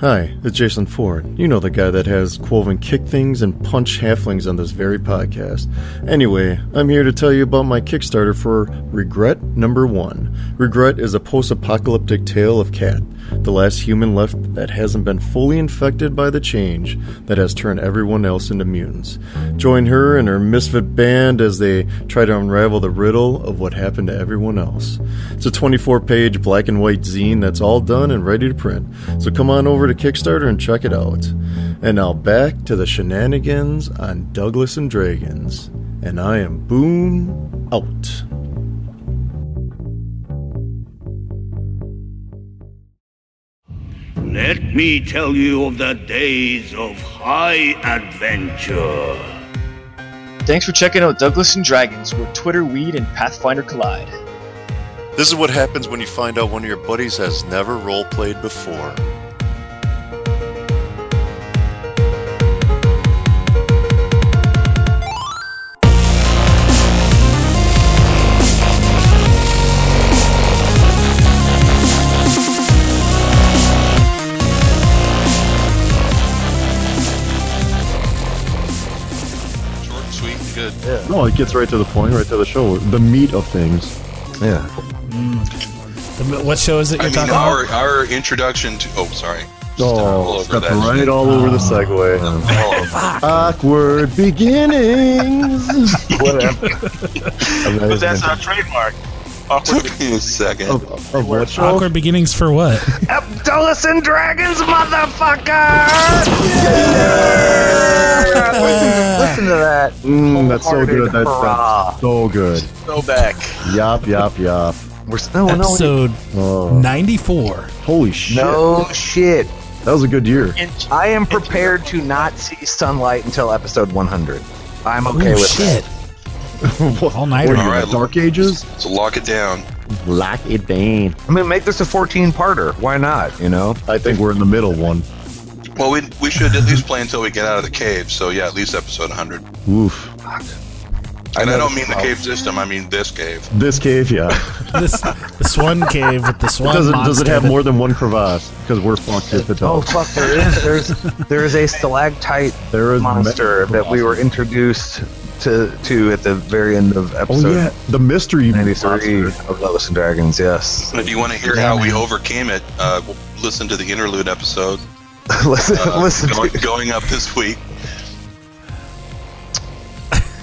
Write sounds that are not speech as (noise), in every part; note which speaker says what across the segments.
Speaker 1: Hi, it's Jason Ford. You know the guy that has Quoven kick things and punch halflings on this very podcast. Anyway, I'm here to tell you about my Kickstarter for Regret Number One. Regret is a post apocalyptic tale of Cat, the last human left that hasn't been fully infected by the change that has turned everyone else into mutants. Join her and her misfit band as they try to unravel the riddle of what happened to everyone else. It's a 24 page black and white zine that's all done and ready to print, so come on over to Kickstarter and check it out. And now back to the shenanigans on Douglas and Dragons. And I am Boom out.
Speaker 2: Let me tell you of the days of high adventure.
Speaker 3: Thanks for checking out Douglas and Dragons, where Twitter, Weed, and Pathfinder collide.
Speaker 1: This is what happens when you find out one of your buddies has never role played before.
Speaker 4: Short, sweet, and good.
Speaker 5: No, it gets right to the point, right to the show, the meat of things.
Speaker 1: Yeah.
Speaker 6: The, what show is it
Speaker 4: I
Speaker 6: you're
Speaker 4: mean,
Speaker 6: talking
Speaker 4: our, our introduction to. Oh, sorry. Just all
Speaker 5: Oh,
Speaker 4: over
Speaker 5: stepped
Speaker 4: that
Speaker 5: right
Speaker 4: shit.
Speaker 5: all over the segue.
Speaker 4: All over.
Speaker 5: Awkward beginnings. Whatever.
Speaker 7: But that's our trademark. Awkward.
Speaker 4: Took me a second.
Speaker 5: of, of what
Speaker 6: about?
Speaker 5: show?
Speaker 6: Awkward beginnings for what?
Speaker 7: Abdullah and Dragons, motherfucker!
Speaker 8: Listen to that.
Speaker 5: Mm, that's so good. That's,
Speaker 8: Hurrah.
Speaker 5: that's so good.
Speaker 7: Go back.
Speaker 5: Yop, yop, yop.
Speaker 8: We're s- no, no, wait.
Speaker 6: Episode
Speaker 5: Oh,
Speaker 6: 94.
Speaker 5: holy shit.
Speaker 8: no shit.
Speaker 5: That was a good year.
Speaker 8: I am prepared to not see sunlight until episode 100. I'm okay
Speaker 6: Oh,
Speaker 8: with
Speaker 6: shit.
Speaker 5: (laughs) What-
Speaker 6: All nighter.
Speaker 5: what are you,
Speaker 4: All right.
Speaker 5: Dark Ages?
Speaker 4: So lock it down.
Speaker 5: Black it down.
Speaker 8: that. I mean, make this a 14-parter. Why not? You know,
Speaker 5: I think we're in the middle one.
Speaker 4: Well, we, we should at least play until we get out of the cave. So yeah, at least episode 100.
Speaker 5: Oof.
Speaker 4: And I don't mean the cave system. I mean this cave.
Speaker 5: This cave, yeah.
Speaker 6: This, the Swan Cave with the Swan
Speaker 5: Does it, does it
Speaker 6: monster
Speaker 5: have
Speaker 6: that-
Speaker 5: more than one crevasse? Because we're fucked at the
Speaker 8: oh
Speaker 5: top.
Speaker 8: fuck, there is there's (laughs) there is a stalactite
Speaker 5: There is
Speaker 8: monster
Speaker 5: ma-
Speaker 8: that we were introduced to to at the very end of
Speaker 5: Oh
Speaker 8: episode
Speaker 5: yeah, the mystery
Speaker 8: 93
Speaker 5: monster.
Speaker 8: of Loveless and Dragons. Yes, (laughs)
Speaker 4: And if you want to hear
Speaker 6: Yeah,
Speaker 4: how we
Speaker 6: man.
Speaker 4: overcame it, uh, w- listen to the interlude episode
Speaker 8: listen,
Speaker 4: uh,
Speaker 8: listen
Speaker 4: go-
Speaker 8: to
Speaker 4: going up this week.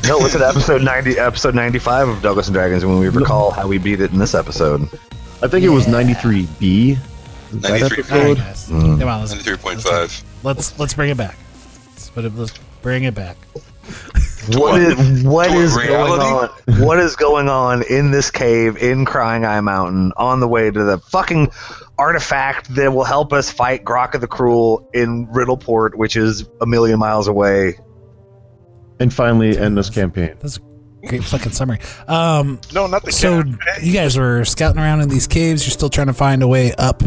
Speaker 8: no, listen to episode 90, episode 95 of Douglas and Dragons when we recall how we beat it in this episode.
Speaker 5: I think it was 93B. Is that
Speaker 4: 93.
Speaker 6: All right,
Speaker 5: episode?
Speaker 6: guys.
Speaker 5: Hmm.
Speaker 6: Come on, let's,
Speaker 4: 93.5.
Speaker 6: let's let's bring it back. Let's, put it- let's bring it back.
Speaker 8: What is what
Speaker 4: to a
Speaker 8: is going on?
Speaker 4: reality?
Speaker 8: What is going on in this cave in Crying Eye Mountain on the way to the fucking artifact that will help us fight Grok the Cruel in Riddleport, which is a million miles away?
Speaker 5: And finally end this campaign.
Speaker 6: That's a great fucking summary. Um,
Speaker 7: No, not the
Speaker 6: so
Speaker 7: cat.
Speaker 6: you guys were scouting around in these caves. You're still trying to find a way up,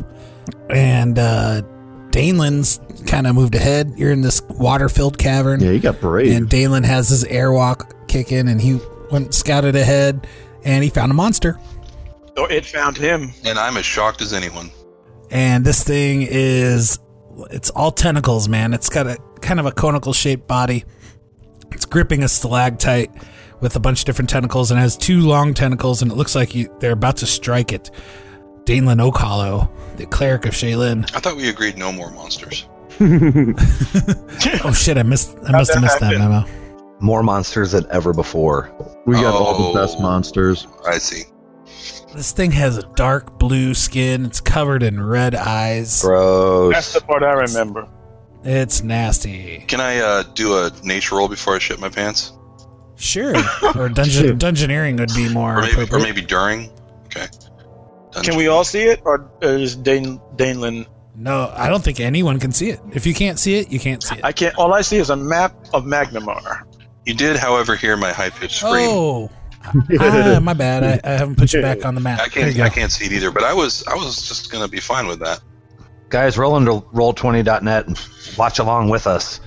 Speaker 6: and uh, Danelin's kind of moved ahead. You're in this water-filled cavern.
Speaker 5: Yeah, you got brave.
Speaker 6: And Dalen has his airwalk kicking, and he went scouted ahead, and he found a monster.
Speaker 7: Oh, it found him.
Speaker 4: And I'm as shocked as anyone.
Speaker 6: And this thing is, it's all tentacles, man. It's got a kind of a conical shaped body. It's gripping a stalactite with a bunch of different tentacles, and it has two long tentacles, and it looks like you, they're about to strike it. Danelin Okalo, the cleric
Speaker 4: (laughs)
Speaker 6: of Shaylin.
Speaker 4: I thought we agreed no more monsters.
Speaker 6: Oh shit, I missed. I must have missed that memo.
Speaker 8: More monsters than ever before.
Speaker 5: we got all the
Speaker 4: Oh.
Speaker 5: best monsters.
Speaker 4: I see.
Speaker 6: This thing has a dark blue skin. It's covered in red eyes.
Speaker 7: That's
Speaker 8: Gross.
Speaker 7: the part I remember.
Speaker 6: It's nasty.
Speaker 4: Can I uh, do a nature roll before I shit my pants?
Speaker 6: Sure. (laughs) or dungeon dungeoneering would be more
Speaker 4: Or maybe, or
Speaker 6: appropriate.
Speaker 4: maybe during? Okay. Dungeon.
Speaker 7: Can we all see it, or uh, is Dane Danelin?
Speaker 6: No, I don't think anyone can see it. If you can't see it, you can't see it.
Speaker 7: I can't. All I see is a map of Magnamar.
Speaker 4: You did, however, hear my high pitched scream.
Speaker 6: oh,
Speaker 5: (laughs)
Speaker 6: ah, my bad. I, I haven't put you back on the map.
Speaker 4: I
Speaker 6: There you
Speaker 4: can't.
Speaker 6: go.
Speaker 4: I can't see it either. But I was. I was just gonna be fine with
Speaker 6: (laughs)
Speaker 4: that.
Speaker 8: Guys, roll into roll20.net and watch along with us.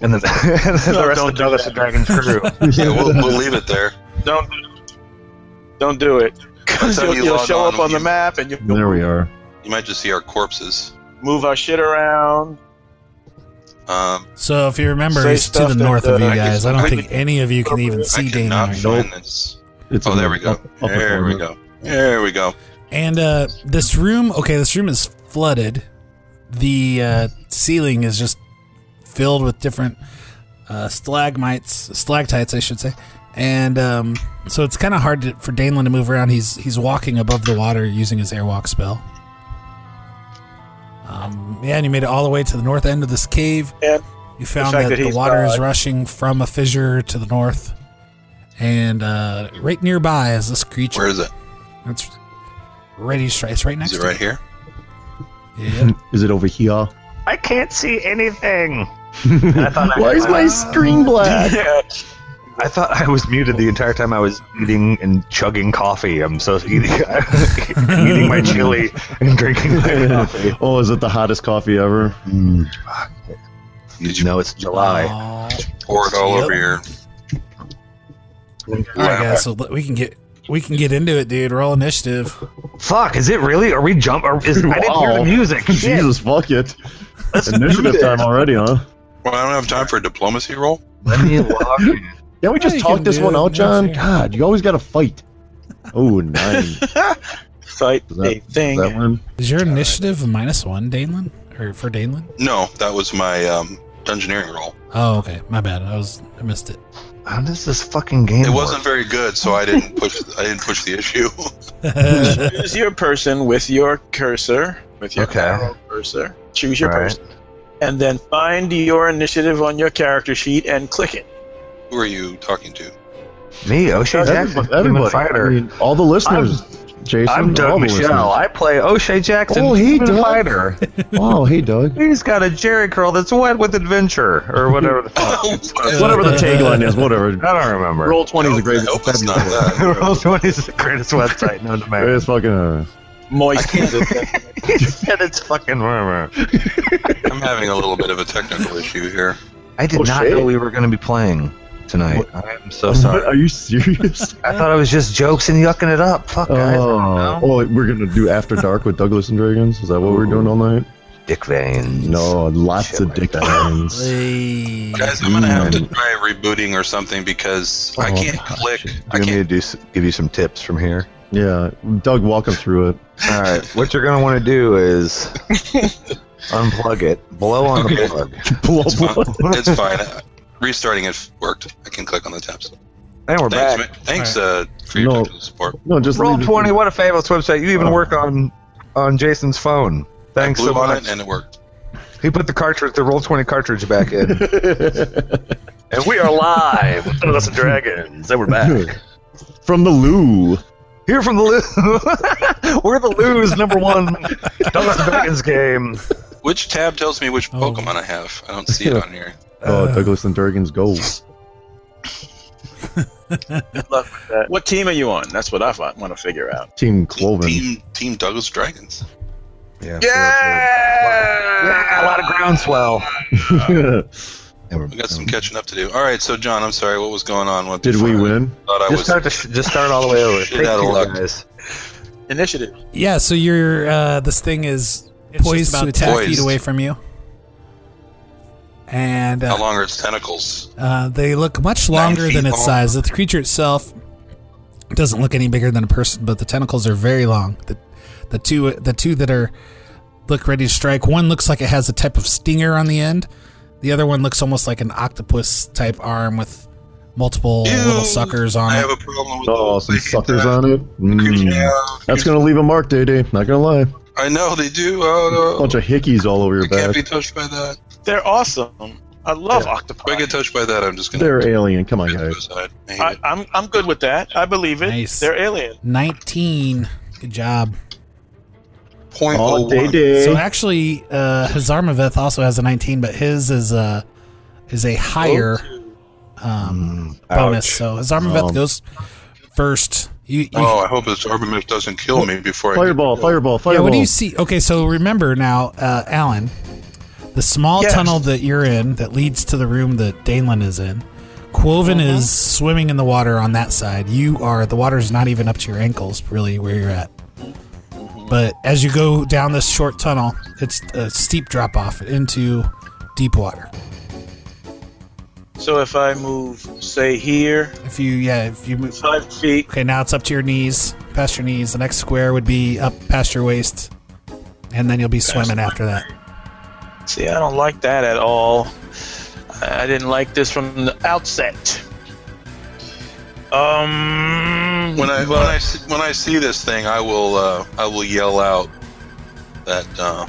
Speaker 8: And then, (laughs) and then
Speaker 7: No,
Speaker 8: the rest
Speaker 7: don't
Speaker 8: of
Speaker 7: do
Speaker 8: Douglas
Speaker 7: that.
Speaker 8: and Dragons (laughs) crew.
Speaker 4: Yeah, we'll, we'll leave it there.
Speaker 7: Don't don't do it.
Speaker 4: That's how
Speaker 7: You'll,
Speaker 4: you
Speaker 7: you'll
Speaker 4: log
Speaker 7: show
Speaker 4: on
Speaker 7: up on the
Speaker 4: you-
Speaker 7: map, and you
Speaker 5: There we are.
Speaker 4: You might just see our corpses.
Speaker 7: move our shit around.
Speaker 4: Um,
Speaker 6: So if you remember,
Speaker 7: Say
Speaker 6: he's to
Speaker 7: stuff
Speaker 6: the
Speaker 7: that,
Speaker 6: north of
Speaker 7: uh,
Speaker 6: you
Speaker 4: I can-
Speaker 6: guys. I don't
Speaker 4: I
Speaker 6: think any of you can even
Speaker 4: I
Speaker 6: see Dana.
Speaker 4: cannot
Speaker 6: Right now.
Speaker 4: find this.
Speaker 5: It's
Speaker 4: Oh,
Speaker 5: on
Speaker 4: there we go.
Speaker 5: up- upper
Speaker 4: There we
Speaker 5: corner.
Speaker 4: go. There we go.
Speaker 6: And uh, this room, okay, this room is flooded. The uh, ceiling is just filled with different uh, stalagmites, stalactites, I should say. And um, so it's kind of hard to, for Danelin to move around. He's he's walking above the water using his airwalk spell. Um, yeah, and you made it all the way to the north end of this cave.
Speaker 7: And
Speaker 6: You found
Speaker 7: fact
Speaker 6: that,
Speaker 7: that
Speaker 6: the
Speaker 7: he's
Speaker 6: water is
Speaker 7: not-
Speaker 6: rushing from a fissure to the north, and uh, right nearby is this creature.
Speaker 4: Where is it?
Speaker 6: It's ready to strike. It's right next
Speaker 4: Is it
Speaker 6: to
Speaker 4: right here?
Speaker 6: you. Yeah.
Speaker 5: Is it over here?
Speaker 8: I can't see (laughs) anything. I thought I-
Speaker 5: Why is my screen black?
Speaker 7: yeah,
Speaker 8: I thought I was muted the entire time I was eating and chugging coffee. I'm so (laughs) eating, eating my chili and
Speaker 5: (laughs)
Speaker 8: drinking my coffee.
Speaker 5: oh, is it the hottest coffee ever?
Speaker 4: Did you
Speaker 8: No, it's
Speaker 6: Oh,
Speaker 8: July.
Speaker 6: Aw.
Speaker 4: pour it all
Speaker 6: Yep.
Speaker 4: over your?
Speaker 6: all right, guys. So let- we can get we can get into it, dude. Roll initiative.
Speaker 8: Fuck, is it really? Are we jump? Or is, I didn't hear
Speaker 5: Wow.
Speaker 8: the music.
Speaker 5: (laughs)
Speaker 8: Shit.
Speaker 5: Jesus, fuck it.
Speaker 8: Let's do
Speaker 5: Initiative
Speaker 8: this.
Speaker 5: time already, huh?
Speaker 4: Well, I don't have time for a diplomacy roll.
Speaker 8: Let me log in.
Speaker 5: Yeah, we just
Speaker 6: you
Speaker 5: talked
Speaker 6: can
Speaker 5: this
Speaker 6: do
Speaker 5: one
Speaker 6: it.
Speaker 5: out,
Speaker 6: Yes,
Speaker 5: John.
Speaker 6: yeah.
Speaker 5: God, you always got to fight.
Speaker 6: (laughs)
Speaker 5: Oh, nine. Is
Speaker 7: fight
Speaker 5: Is that-
Speaker 7: a thing.
Speaker 5: that one?
Speaker 6: Is your initiative minus one, Danelin, or for Danelin?
Speaker 4: No, that was my um, dungeoneering roll.
Speaker 6: Oh, okay. My bad. I was I missed it.
Speaker 8: How does this fucking game
Speaker 4: It
Speaker 8: work?
Speaker 4: wasn't very good, so I didn't push. I didn't push the issue. (laughs)
Speaker 7: (laughs) Choose your person with your cursor, with your
Speaker 8: Okay.
Speaker 7: arrow cursor. Choose your
Speaker 8: Right.
Speaker 7: person, and then find your initiative on your character sheet and click it.
Speaker 4: Who are you talking to?
Speaker 8: Me, O'Shea Jackson,
Speaker 5: Everybody- everybody.
Speaker 8: human fighter.
Speaker 5: I mean, all the listeners, Jason.
Speaker 8: I'm
Speaker 5: all
Speaker 8: Doug
Speaker 5: the
Speaker 8: Michelle. I play O'Shea Jackson,
Speaker 5: Oh, hey,
Speaker 8: human
Speaker 5: Doug.
Speaker 8: fighter.
Speaker 5: listeners. Oh, hey, Doug.
Speaker 8: He's got a jerry curl that's wet with adventure, or whatever the (laughs) fuck.
Speaker 4: Oh, uh,
Speaker 5: Whatever the tagline is, whatever.
Speaker 8: I don't remember. (laughs)
Speaker 5: Roll 20 is the
Speaker 4: I
Speaker 5: greatest.
Speaker 4: hope it's not that.
Speaker 8: Roll Twenty is the greatest website known to
Speaker 5: (laughs)
Speaker 8: man.
Speaker 5: It's fucking. Uh,
Speaker 7: Moist.
Speaker 8: he (laughs) said it's fucking rumor.
Speaker 4: I'm having a little bit of a technical issue here.
Speaker 8: I did not
Speaker 5: O'Shea?
Speaker 8: know we were going to be playing tonight. I am so
Speaker 5: What,
Speaker 8: sorry.
Speaker 5: are you
Speaker 8: (laughs)
Speaker 5: serious?
Speaker 8: I thought it was just jokes and yucking it up. Fuck guys,
Speaker 5: Oh, oh, we're gonna do After Dark with Douglas and Dragons. Is that what we're doing all night?
Speaker 8: dick veins.
Speaker 5: No, lots
Speaker 8: Shit
Speaker 5: of
Speaker 8: like
Speaker 5: dick
Speaker 8: that.
Speaker 5: veins.
Speaker 6: Hey.
Speaker 4: Guys, I'm gonna have to try rebooting or something because I
Speaker 5: Oh,
Speaker 4: can't
Speaker 5: gosh.
Speaker 4: click. I
Speaker 8: Do you want me to
Speaker 4: can't.
Speaker 8: do, s- give you some tips from here?
Speaker 5: Yeah, Doug, walk him through it.
Speaker 8: All right. What you're gonna want to do (laughs) is unplug it, blow on the plug.
Speaker 5: Blow,
Speaker 4: It's
Speaker 5: blow.
Speaker 4: fine.
Speaker 8: (laughs)
Speaker 4: it's fine. (laughs) Uh, Restarting it worked. I can click on the tabs.
Speaker 8: And we're
Speaker 4: Thanks,
Speaker 8: back.
Speaker 4: ma- thanks uh, for your
Speaker 5: No.
Speaker 4: technical support.
Speaker 5: No, just
Speaker 8: Roll
Speaker 5: leave it- (laughs)
Speaker 8: twenty. What a fabulous website. You even
Speaker 5: Oh.
Speaker 8: work on on Jason's phone. Thanks
Speaker 4: Blew
Speaker 8: so
Speaker 4: on
Speaker 8: much.
Speaker 4: it and it worked.
Speaker 8: He put the cartridge, the roll twenty cartridge back in,
Speaker 5: (laughs)
Speaker 8: and we are live with Dungeons and Dragons, and we're back.
Speaker 5: (laughs) From the loo.
Speaker 8: Here from the loo, (laughs) we're the loo's number one Dungeons and Dragons game.
Speaker 4: Which tab tells me which
Speaker 6: Oh.
Speaker 4: Pokemon I have? I don't see it on here.
Speaker 5: Oh, Douglas and Dragons go.
Speaker 7: (laughs) what team are you on? That's what I want to figure out.
Speaker 5: Team Cloven.
Speaker 4: Team Team Douglas Dragons.
Speaker 8: Yeah, yeah, a lot of groundswell. And we're-
Speaker 4: We got some catching up to do. All right, so John, I'm sorry. What was going on? What
Speaker 5: Did we win?
Speaker 4: Thought I
Speaker 8: Just
Speaker 4: was.
Speaker 8: start to sh- just start all the way over.
Speaker 4: Shit out of luck.
Speaker 8: Thank you guys.
Speaker 7: Initiative.
Speaker 6: (laughs) Yeah. So you're uh, this thing is poised to attack feet
Speaker 4: Poised.
Speaker 6: away from you, and uh,
Speaker 4: How long are its tentacles?
Speaker 6: Uh, they look much longer
Speaker 4: feet
Speaker 6: than its
Speaker 4: long.
Speaker 6: size. The creature itself doesn't look any bigger than a person, but the tentacles are very long. The the two the two that are look ready to strike. One looks like it has a type of stinger on the end. The other one looks almost like an octopus type arm with multiple little
Speaker 4: Ew,
Speaker 6: suckers on
Speaker 4: I
Speaker 6: it.
Speaker 4: have a problem with
Speaker 5: (laughs) Oh,
Speaker 4: those.
Speaker 5: some
Speaker 4: I hate
Speaker 5: suckers
Speaker 4: that.
Speaker 5: on it. Mm.
Speaker 4: Yeah,
Speaker 5: That's gonna leave a mark, Day Day. Not gonna lie.
Speaker 4: I know they do. Oh
Speaker 5: Bunch of hickeys all over
Speaker 4: no,
Speaker 5: your
Speaker 4: I can't
Speaker 5: back.
Speaker 4: be touched by that.
Speaker 7: They're awesome. I love
Speaker 4: If I
Speaker 7: octopi.
Speaker 4: get touched by that, I'm just gonna.
Speaker 5: They're alien. Come on,
Speaker 4: go
Speaker 5: guys.
Speaker 4: aside. I hate
Speaker 7: I,
Speaker 4: it.
Speaker 7: I'm I'm good with that. I believe it.
Speaker 6: Nice.
Speaker 7: They're alien.
Speaker 6: Nineteen. Good job.
Speaker 4: Point oh
Speaker 5: Oh, Day
Speaker 4: one.
Speaker 5: Day.
Speaker 6: So actually, uh, Hazarmaveth also has a nineteen, but his is a is a higher um, bonus. So Hazarmaveth
Speaker 5: Um,
Speaker 6: goes first. You, you
Speaker 4: Oh, I hope this Arbimus doesn't kill me before I.
Speaker 5: Fireball, fireball,
Speaker 6: yeah.
Speaker 5: fireball.
Speaker 6: What do you see? Okay, so remember now, uh, Alan, the small
Speaker 7: Yes.
Speaker 6: tunnel that you're in that leads to the room that Danelin is in. Quoven is swimming in the water on that side. You are the water's not even up to your ankles, really, where you're at. But as you go down this short tunnel, it's a steep drop off into deep water.
Speaker 7: So if I move, say here,
Speaker 6: If you, yeah, if you move.
Speaker 7: five feet,
Speaker 6: Okay, now it's up to your knees, past your knees. The next square would be up past your waist, and then you'll be swimming after that.
Speaker 7: see, I don't like that at all. I I didn't like this from the outset. Um,
Speaker 4: When I when I see, when I see this thing, I will uh, I will yell out that uh,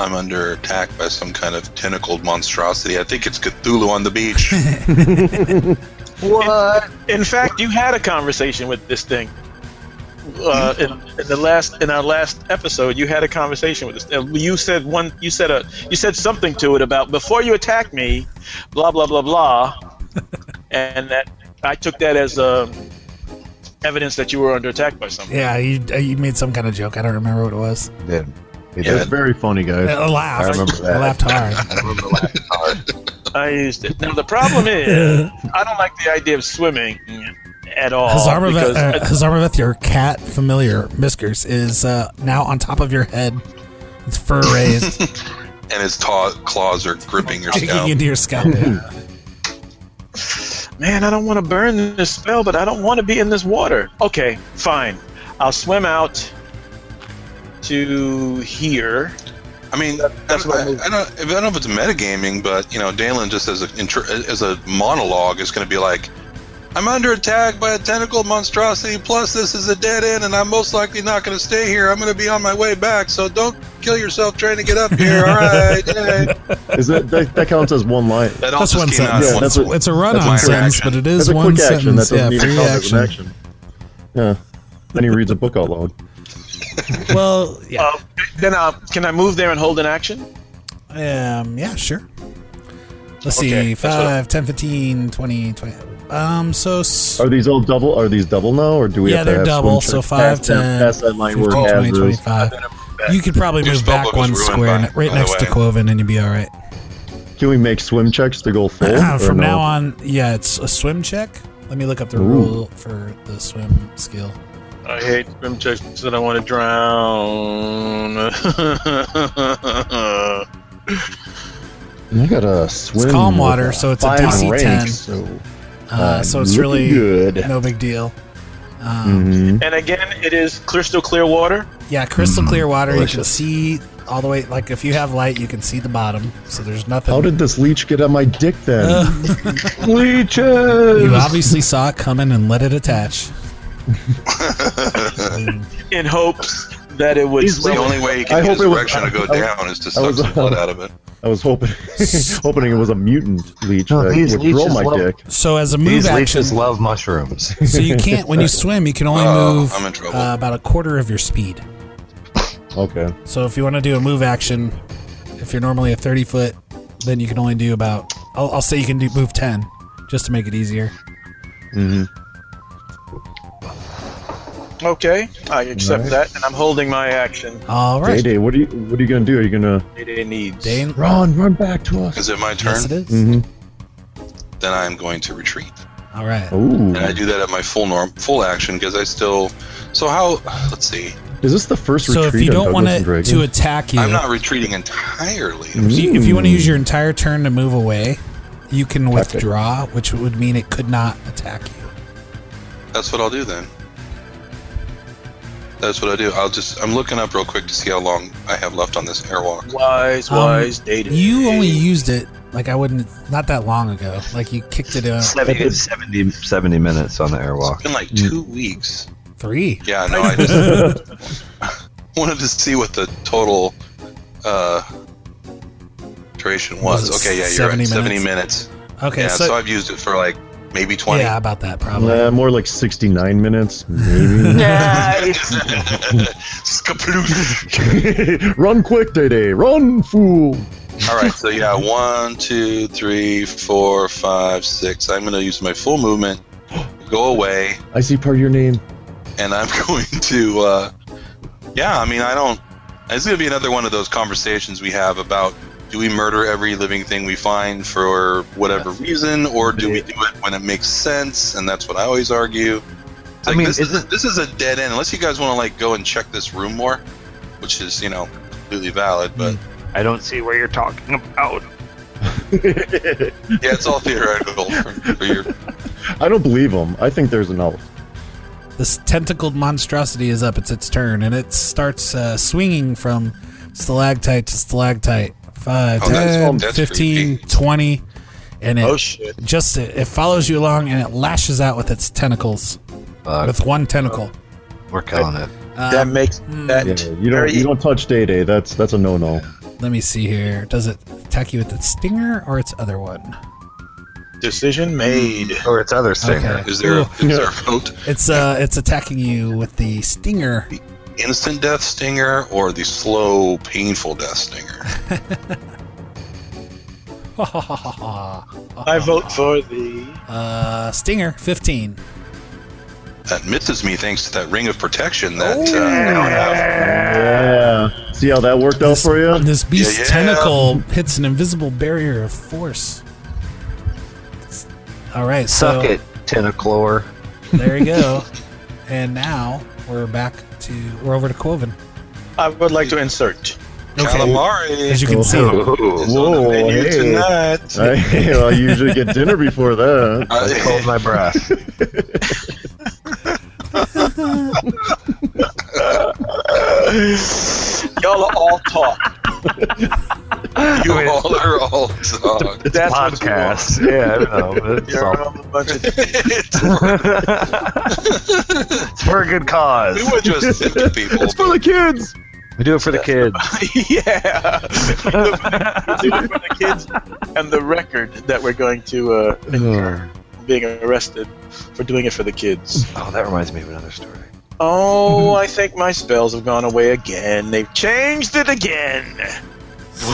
Speaker 4: I'm under attack by some kind of tentacled monstrosity. I think it's Cthulhu on the
Speaker 6: (laughs)
Speaker 4: beach.
Speaker 8: What?
Speaker 7: In fact, you had a conversation with this thing. Uh, in, in the last in our last episode, you had a conversation with this. uh, You said one. You said a. You said something to it about before you attack me, blah blah blah blah, and that I took that as um, evidence that you were under attack by someone.
Speaker 6: Yeah, you, uh, you made some kind of joke. I don't remember what it was. Uh,
Speaker 5: Then it
Speaker 4: Yeah.
Speaker 5: was very funny, guys.
Speaker 6: I laughed.
Speaker 5: I remember that.
Speaker 6: I laughed hard.
Speaker 5: (laughs)
Speaker 8: I remember laughing
Speaker 4: Uh,
Speaker 8: hard.
Speaker 7: I used it. Now the problem is, I don't like the idea of swimming at all
Speaker 6: Hazarmaveth,
Speaker 7: Oh, because
Speaker 6: uh, Hazarmaveth, your cat familiar, Miskers, is uh, now on top of your head.
Speaker 5: (laughs)
Speaker 6: Its fur raised,
Speaker 4: and his taw- claws are gripping your
Speaker 6: digging
Speaker 4: scalp.
Speaker 6: into
Speaker 5: (laughs)
Speaker 6: your scalp.
Speaker 7: man, I don't want to burn this spell, but I don't want to be in this water. Okay, fine. I'll swim out to here.
Speaker 4: I mean,
Speaker 7: that's
Speaker 4: I,
Speaker 7: what
Speaker 4: I,
Speaker 7: I mean.
Speaker 4: I don't, I don't know if it's metagaming, but you know, Dalen just as a intro- as a monologue is going to be like, "I'm under attack by a tentacled monstrosity. Plus, this is a dead end, and I'm most likely not going to stay here. I'm going to be on my way back. So don't kill yourself trying to get up
Speaker 6: (laughs)
Speaker 4: here. All right." yay."
Speaker 5: Is that, that that counts as one line?
Speaker 4: That all
Speaker 6: That's
Speaker 4: just
Speaker 6: one
Speaker 4: came out
Speaker 6: sentence.
Speaker 4: in
Speaker 5: Yeah,
Speaker 4: one
Speaker 5: that's
Speaker 4: swoop.
Speaker 5: what-
Speaker 6: it's a run-on
Speaker 4: that's a quick
Speaker 6: sentence,
Speaker 4: action.
Speaker 6: but it is
Speaker 5: That's a
Speaker 6: one
Speaker 5: quick action.
Speaker 6: sentence.
Speaker 5: that doesn't
Speaker 6: yeah,
Speaker 5: need
Speaker 6: free
Speaker 5: a call. That's an
Speaker 6: action.
Speaker 5: action. Yeah. Then he reads a book out loud.
Speaker 6: Well, yeah,
Speaker 7: Uh, then I'll, can I move there and hold an action?
Speaker 6: um, yeah, sure. Let's see,
Speaker 7: Okay, that's what I-
Speaker 6: 5, 10, 15, 20, 20. Um, so s-
Speaker 5: Are these all double? Are these double now, or do we
Speaker 6: yeah,
Speaker 5: have to
Speaker 6: they're
Speaker 5: have
Speaker 6: double.
Speaker 5: swim
Speaker 6: So
Speaker 5: check
Speaker 6: 5,
Speaker 5: past that-
Speaker 6: 10,
Speaker 5: past that line where
Speaker 6: 15,
Speaker 5: it has
Speaker 6: 20,
Speaker 5: those?
Speaker 6: 25. You could probably
Speaker 4: Your
Speaker 6: move back
Speaker 4: spellbook
Speaker 6: one
Speaker 4: was ruined
Speaker 6: square,
Speaker 4: by-
Speaker 6: n-
Speaker 4: by
Speaker 6: right
Speaker 4: the
Speaker 6: next to
Speaker 4: way.
Speaker 6: Quoven, and you'd be all right.
Speaker 5: Can we make swim checks to
Speaker 6: (clears throat)
Speaker 5: go full? or
Speaker 6: From
Speaker 5: no?
Speaker 6: now on, yeah, it's a swim check. Let me look up the
Speaker 5: Ooh.
Speaker 6: rule for the swim skill.
Speaker 7: I hate swim checks that I want to (laughs) drown.
Speaker 5: I gotta swim.
Speaker 6: It's calm
Speaker 5: with
Speaker 6: water, so it's a
Speaker 5: five
Speaker 6: DC 10.
Speaker 5: so,
Speaker 6: Uh,
Speaker 5: I'm
Speaker 6: so it's
Speaker 5: looking
Speaker 6: really
Speaker 5: good.
Speaker 6: no big deal. Um,
Speaker 5: Mhm.
Speaker 7: and again, it is crystal clear water.
Speaker 6: Yeah, crystal clear water. You can
Speaker 5: Mm-hmm. delicious.
Speaker 6: see all the way. Like if you have light, you can see the bottom. So there's nothing.
Speaker 5: How did this leech get on my dick then?
Speaker 6: Ugh.
Speaker 5: Leeches. (laughs)
Speaker 6: you obviously saw it coming and let it attach.
Speaker 7: In hopes that it would.
Speaker 5: He's
Speaker 4: the only way you
Speaker 5: I
Speaker 4: can get
Speaker 5: hope
Speaker 4: his
Speaker 5: it was-
Speaker 4: erection to go
Speaker 5: I- I-
Speaker 4: down is to
Speaker 5: I
Speaker 4: suck
Speaker 5: was- (laughs)
Speaker 4: some blood out of it.
Speaker 5: I was hoping, (laughs) hoping it was a mutant leech
Speaker 8: No,
Speaker 5: that
Speaker 8: these
Speaker 5: would grow
Speaker 8: leeches
Speaker 5: my
Speaker 8: love-
Speaker 5: dick.
Speaker 6: So as a move
Speaker 8: These
Speaker 6: action,
Speaker 8: leeches love mushrooms.
Speaker 6: so you
Speaker 4: (laughs)
Speaker 6: can't when you swim. You can only
Speaker 4: Oh,
Speaker 6: move
Speaker 4: I'm in trouble.
Speaker 6: uh, about a quarter of your speed.
Speaker 5: Okay.
Speaker 6: So if you want to do a move action, if you're normally a 30 foot, then you can only do about. I'll, I'll say you can do move 10, just to make it easier.
Speaker 7: Okay, I accept that, and I'm holding my action.
Speaker 6: All
Speaker 5: Day
Speaker 6: right,
Speaker 5: Day, what are you what are you gonna do? Are you gonna
Speaker 7: It needs.
Speaker 6: Dane.
Speaker 5: run, run back to us?
Speaker 4: Is it my turn?
Speaker 6: Yes, it is.
Speaker 5: hmm
Speaker 4: Then I am going to retreat.
Speaker 6: All right.
Speaker 5: Ooh.
Speaker 4: and I do that at my full norm, full action because I still. So how? Let's see.
Speaker 5: Is this the first
Speaker 6: So
Speaker 5: retreat
Speaker 6: if you don't
Speaker 5: on
Speaker 6: want
Speaker 5: Douglas
Speaker 6: to
Speaker 5: and
Speaker 6: to
Speaker 5: Dragons?
Speaker 6: attack you,
Speaker 4: I'm not retreating entirely.
Speaker 6: If you, if you want to use
Speaker 5: Mm.
Speaker 6: your entire turn to move away, you can withdraw, which would mean it could not attack you.
Speaker 4: That's what I'll do then. That's what I do. I'll just. I'm looking up real quick to see how long I have left on this airwalk.
Speaker 7: Wise,
Speaker 6: Um,
Speaker 7: wise, dated.
Speaker 6: You only used it like I wouldn't not that long ago. Like you kicked it out
Speaker 8: 70, 70, 70 minutes on the airwalk.
Speaker 4: It's been
Speaker 6: Hmm.
Speaker 4: like two weeks.
Speaker 6: three.
Speaker 4: Yeah,
Speaker 6: (laughs)
Speaker 4: no, I just (laughs) wanted to see what the total uh, duration was.
Speaker 6: Was it
Speaker 4: okay, yeah, you're
Speaker 6: 70
Speaker 4: right. Seventy minutes.
Speaker 6: minutes? Okay,
Speaker 4: yeah,
Speaker 6: so,
Speaker 4: so, I've used it for like maybe twenty.
Speaker 6: yeah, (laughs) about that probably.
Speaker 5: Nah, Hmm. Uh, more like sixty nine minutes, (laughs) maybe.
Speaker 4: (laughs) Skaploosh.
Speaker 5: run quick, Day Day, run, fool.
Speaker 4: All right, so yeah, one, two, three, four, five, six. I'm going to use my full movement, go away,
Speaker 5: I see part of your name.
Speaker 4: and I'm (laughs) going to. Uh, yeah, I mean, I don't. It's going to be another one of those conversations we have about do we murder every living thing we find for whatever reason, or do we do it when it makes sense? And that's what I always argue. It's
Speaker 8: I
Speaker 4: Like,
Speaker 8: mean,
Speaker 4: this
Speaker 8: is
Speaker 4: is a, this is a dead end. Unless you guys want to like go and check this room more, which is you know completely valid. But
Speaker 8: I don't see where you're talking about.
Speaker 4: (laughs) yeah, it's all theoretical for, for
Speaker 8: (laughs)
Speaker 4: your
Speaker 5: I don't believe him. I think there's an elf.
Speaker 6: This tentacled monstrosity is up. It's its turn, and it starts uh, swinging from stalactite to stalactite. 5,
Speaker 4: Oh, that's-
Speaker 6: 10,
Speaker 4: that's
Speaker 6: 15,
Speaker 4: creepy.
Speaker 6: 20. And it
Speaker 7: Oh shit!
Speaker 6: just it, it follows you along and it lashes out with its tentacles. with one tentacle.
Speaker 8: We're killing it.
Speaker 7: that makes that
Speaker 5: Yeah, you don't
Speaker 7: very-
Speaker 5: you don't touch Day Day. That's that's a no no.
Speaker 6: Let me see here. Does it attack you with its stinger or its other one?
Speaker 7: decision made.
Speaker 8: Or Oh, its other stinger.
Speaker 6: Okay.
Speaker 4: is there is there a vote
Speaker 6: It's uh, it's attacking you with the stinger.
Speaker 4: instant death stinger or the slow painful death stinger?
Speaker 7: I vote for the.
Speaker 6: uh, stinger, fifteen.
Speaker 4: That misses me thanks to that ring of protection that uh, I don't have.
Speaker 5: Yeah. See how that worked out for you?
Speaker 6: This beast's
Speaker 4: Yeah, yeah.
Speaker 6: tentacle hits an invisible barrier of force. All right, so
Speaker 8: Suck it, Tentaclor.
Speaker 6: there you go. and now we're back to we're over to Quoven.
Speaker 7: I would like to insert.
Speaker 6: As
Speaker 4: Calamari.
Speaker 6: you can see,
Speaker 4: is on the
Speaker 5: Whoa.
Speaker 4: menu.
Speaker 5: hey. (laughs)
Speaker 7: Tonight.
Speaker 5: (laughs) I, I usually get dinner before that.
Speaker 4: Uh,
Speaker 8: I
Speaker 4: (laughs)
Speaker 8: hold my breath.
Speaker 7: Y'all are all talk.
Speaker 4: (laughs) you all are all talk. (laughs)
Speaker 7: That's what you want.
Speaker 8: Podcast. Yeah, I don't know. It's,
Speaker 7: You're
Speaker 8: all-
Speaker 7: all a bunch of
Speaker 8: it's for a good cause.
Speaker 4: We were just stupid people. (laughs)
Speaker 5: kids.
Speaker 8: We do it for the kids.
Speaker 7: yeah. Dude, for the kids and the record that we're going to uh, incur being arrested for doing it for the kids.
Speaker 8: (laughs) Oh, that reminds me of another story.
Speaker 7: Oh, I think my spells have gone away again. They've changed it again. (laughs)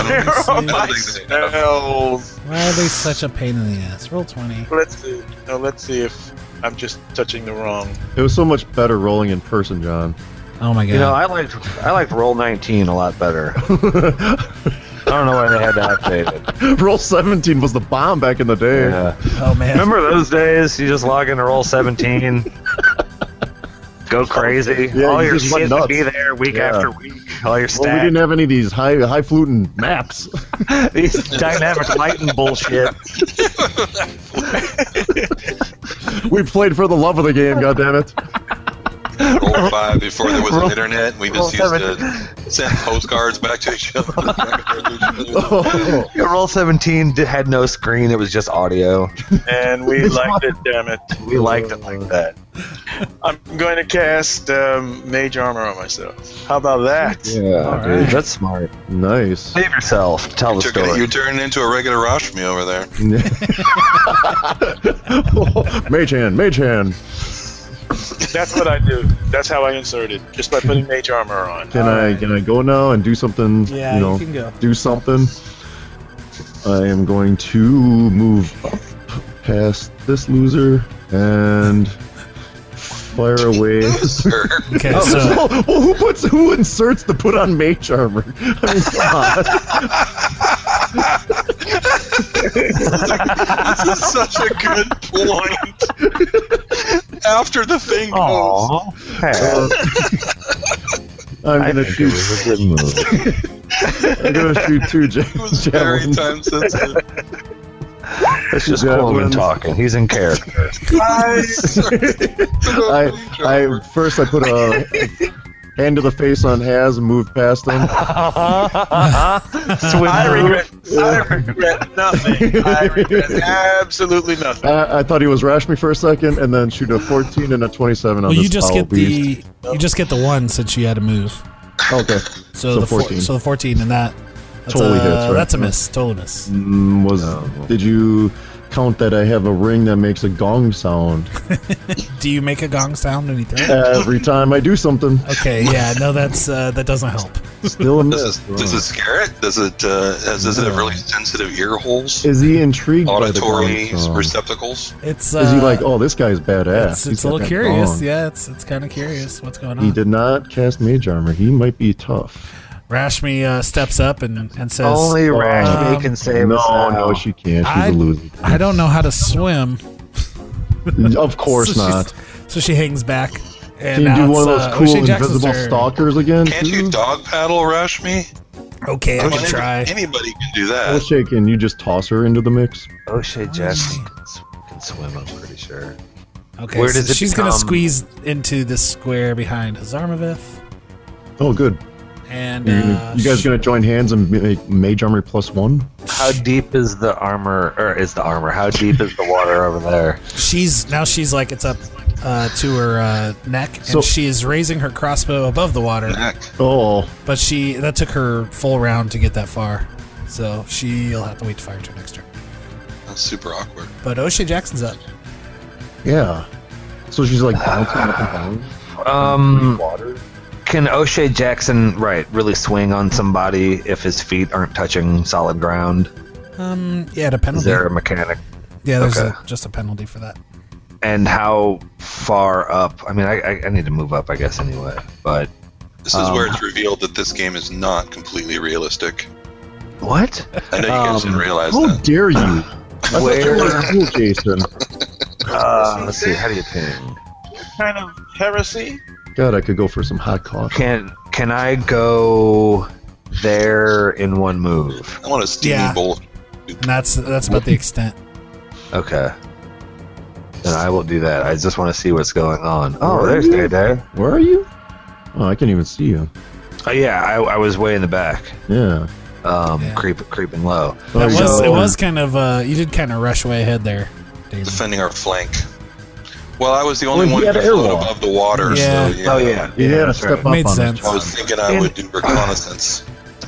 Speaker 7: Where are my
Speaker 4: Nothing they have.
Speaker 7: spells?
Speaker 6: why are they such a pain in the ass? Roll twenty.
Speaker 7: Let's see. No, let's see if I'm just touching the wrong.
Speaker 5: It was so much better rolling in person, John. (laughs)
Speaker 6: Oh my god!
Speaker 8: You know, I liked I liked Roll 19 a lot better. (laughs) I don't know why they had to update it.
Speaker 5: Roll 17 was the bomb back in the day.
Speaker 8: Yeah.
Speaker 6: oh man!
Speaker 8: Remember those days? You just log into Roll (laughs) 17, go crazy.
Speaker 5: Yeah,
Speaker 8: All
Speaker 5: you
Speaker 8: your
Speaker 5: just went
Speaker 8: shit would
Speaker 5: nuts.
Speaker 8: be there week
Speaker 5: Yeah.
Speaker 8: after week. All your
Speaker 5: Well, we
Speaker 8: stats,
Speaker 5: didn't have any of these high high fluting maps. (laughs)
Speaker 8: these dynamic lighting bullshit.
Speaker 5: we played for the love of the game,
Speaker 6: (laughs)
Speaker 5: goddammit. (laughs)
Speaker 4: Roll five before there was
Speaker 8: Roll-
Speaker 4: an internet. We
Speaker 8: roll
Speaker 4: just used
Speaker 8: seven.
Speaker 4: to send postcards back to each other.
Speaker 5: Oh,
Speaker 8: Your Roll 17 d- had no screen; it was just audio. (laughs)
Speaker 7: And we liked it, damn it.
Speaker 8: We liked it like that.
Speaker 7: I'm going to cast um, Mage Armor on myself. How
Speaker 8: (laughs)
Speaker 7: about that?
Speaker 8: Yeah,
Speaker 6: dude, right.
Speaker 8: that's smart.
Speaker 5: nice.
Speaker 8: Save yourself. Tell the
Speaker 4: Took it-
Speaker 8: story.
Speaker 4: you turned into a regular Rashmi over there.
Speaker 5: (laughs) mage hand, mage hand.
Speaker 7: That's what I do. That's how I insert it, just by putting mage armor on.
Speaker 5: Can I can I go now and do something?
Speaker 6: yeah,
Speaker 5: you know,
Speaker 6: you can go.
Speaker 5: do something. I am going to move up past this loser and fire
Speaker 6: (laughs)
Speaker 5: away. (laughs)
Speaker 4: Sir.
Speaker 6: Okay, so
Speaker 5: well, well, who puts who inserts to put on mage armor? (laughs) I mean, come on.
Speaker 4: this is such a good point. After the thing goes.
Speaker 8: Aww. Hey,
Speaker 5: I'm
Speaker 8: I
Speaker 5: gonna
Speaker 8: think it
Speaker 5: shoot.
Speaker 8: was a good move.
Speaker 5: (laughs) I'm gonna shoot two ja-
Speaker 4: It was very
Speaker 5: javelins.
Speaker 4: time sensitive.
Speaker 8: It's just
Speaker 5: Yeah,
Speaker 8: Quillen
Speaker 5: wins.
Speaker 8: talking. He's in character.
Speaker 4: (laughs)
Speaker 5: I, I first I put a
Speaker 4: (laughs)
Speaker 5: hand to the face on Has, and moved past him.
Speaker 7: I regret. I regret nothing. I
Speaker 8: (laughs)
Speaker 7: regret absolutely nothing.
Speaker 5: I, I thought he was Rashmi for a second, and then shoot a 14 and a 27 on (laughs)
Speaker 6: well,
Speaker 5: this
Speaker 6: you just
Speaker 5: foul
Speaker 6: get
Speaker 5: beast.
Speaker 6: the you just get the one since you had to move.
Speaker 5: Okay.
Speaker 6: So,
Speaker 5: So
Speaker 6: the 14.
Speaker 5: 14.
Speaker 6: so the 14 and that that's
Speaker 5: Totally
Speaker 6: a,
Speaker 5: hits, right?
Speaker 6: That's a miss. Total miss.
Speaker 5: Mm, was did you count that I have a ring that makes a gong
Speaker 8: (laughs)
Speaker 5: sound
Speaker 6: Do you make a gong sound when you throw it?
Speaker 5: every time I do something?
Speaker 6: Okay, yeah, no, that's uh, that doesn't help.
Speaker 5: Still a
Speaker 4: Does
Speaker 5: miss.
Speaker 4: it, does it scare it? Does it, uh, has, does it have really sensitive ear holes?
Speaker 5: Is he intrigued by the um,
Speaker 4: Auditory
Speaker 5: gong sound?
Speaker 4: receptacles?
Speaker 6: It's uh,
Speaker 5: Is he like, oh, this guy's badass?
Speaker 6: it's,
Speaker 5: He's
Speaker 6: it's a little
Speaker 5: got that
Speaker 6: curious.
Speaker 5: gong."
Speaker 6: Yeah, it's it's kind of curious what's going
Speaker 5: He
Speaker 6: on.
Speaker 5: did not cast mage armor. He might be tough.
Speaker 6: Rashmi uh, steps up and and says,
Speaker 8: (laughs) Only Rash
Speaker 6: Um,
Speaker 8: can save
Speaker 5: no,
Speaker 8: us. now.
Speaker 5: no, she can't. She's
Speaker 6: I-
Speaker 5: a loser.
Speaker 6: "I don't know how to swim."
Speaker 5: (laughs) Of course
Speaker 6: So she's-
Speaker 5: not.
Speaker 6: So she hangs back. And
Speaker 5: Can you
Speaker 6: now
Speaker 5: do
Speaker 6: it's,
Speaker 5: one of those
Speaker 6: uh,
Speaker 5: cool
Speaker 6: O'Shea Jackson's
Speaker 5: invisible
Speaker 6: turn.
Speaker 5: stalkers again?
Speaker 4: Can't you dog paddle rush me?
Speaker 6: Okay, I
Speaker 4: I mean,
Speaker 6: can
Speaker 4: any-
Speaker 6: try.
Speaker 4: Anybody can do
Speaker 5: Oh,
Speaker 4: that.
Speaker 5: shake, and you just toss her into the mix.
Speaker 8: O'Shea Jackson Oh, can, s- can swim, I'm pretty sure.
Speaker 6: Okay,
Speaker 8: Where
Speaker 6: so
Speaker 8: does it
Speaker 6: she's gonna
Speaker 8: become-
Speaker 6: squeeze into this square behind Hazarmaveth,
Speaker 5: Oh, good.
Speaker 6: and
Speaker 5: You're gonna-
Speaker 6: uh,
Speaker 5: you guys gonna join hands and make mage armor plus one?
Speaker 8: How deep is the armor, or is the armor? How deep is the water over there?
Speaker 6: she's now she's like it's up uh, to her uh, neck, and
Speaker 5: So-
Speaker 6: she is raising her crossbow above the water.
Speaker 4: Heck,
Speaker 5: Oh,
Speaker 6: But she that took her full round to get that far, so she'll have to wait to fire until next turn.
Speaker 4: that's super awkward.
Speaker 6: But O'Shea Jackson's up.
Speaker 5: yeah. So she's like bouncing up and down.
Speaker 8: Um,
Speaker 5: Water.
Speaker 8: can O'Shea Jackson, right, really swing on somebody if his feet aren't touching solid ground?
Speaker 6: Um, yeah, at a
Speaker 8: Is
Speaker 6: penalty.
Speaker 8: there a mechanic?
Speaker 6: yeah, there's
Speaker 8: okay.
Speaker 6: a, just a penalty for that.
Speaker 8: And how far up? I mean, I, I, I need to move up, I guess, anyway. But
Speaker 4: This is where it's revealed that this game is not completely realistic.
Speaker 8: what?
Speaker 4: I know you guys didn't
Speaker 8: Um,
Speaker 4: realize
Speaker 5: How
Speaker 4: that.
Speaker 5: dare you? (laughs) I thought you were
Speaker 8: Where?
Speaker 5: cool, Jason.
Speaker 8: Uh, let's see. How do you ping?
Speaker 7: kind of heresy.
Speaker 5: God, I could go for some hot coffee.
Speaker 8: Can can I go there in one move?
Speaker 4: I want a steamy
Speaker 6: Yeah.
Speaker 4: bowl.
Speaker 6: And that's that's about the extent.
Speaker 8: Okay. Then I will do that. I just want to see what's going on. Oh, there's
Speaker 5: Really?
Speaker 8: Day Day.
Speaker 5: Where are you? Oh, I can't even see you.
Speaker 8: Oh yeah, I, I was way in the back,
Speaker 5: Yeah.
Speaker 8: um,
Speaker 6: Yeah.
Speaker 8: creep, creeping low.
Speaker 5: Oh,
Speaker 6: That
Speaker 5: you
Speaker 6: was
Speaker 5: got
Speaker 6: it
Speaker 5: one.
Speaker 6: was kind of uh, you did kind of rush way ahead there. David.
Speaker 4: defending our flank. Well, I was the only
Speaker 5: Well,
Speaker 4: one
Speaker 5: he
Speaker 4: who
Speaker 5: had
Speaker 4: could
Speaker 5: an
Speaker 4: float
Speaker 5: airlock.
Speaker 4: above the water,
Speaker 6: Yeah.
Speaker 4: so yeah.
Speaker 8: Oh yeah,
Speaker 5: You had to
Speaker 8: that's
Speaker 5: step up
Speaker 8: right.
Speaker 6: Made
Speaker 5: on
Speaker 6: sense.
Speaker 5: it.
Speaker 4: I was thinking I would do reconnaissance.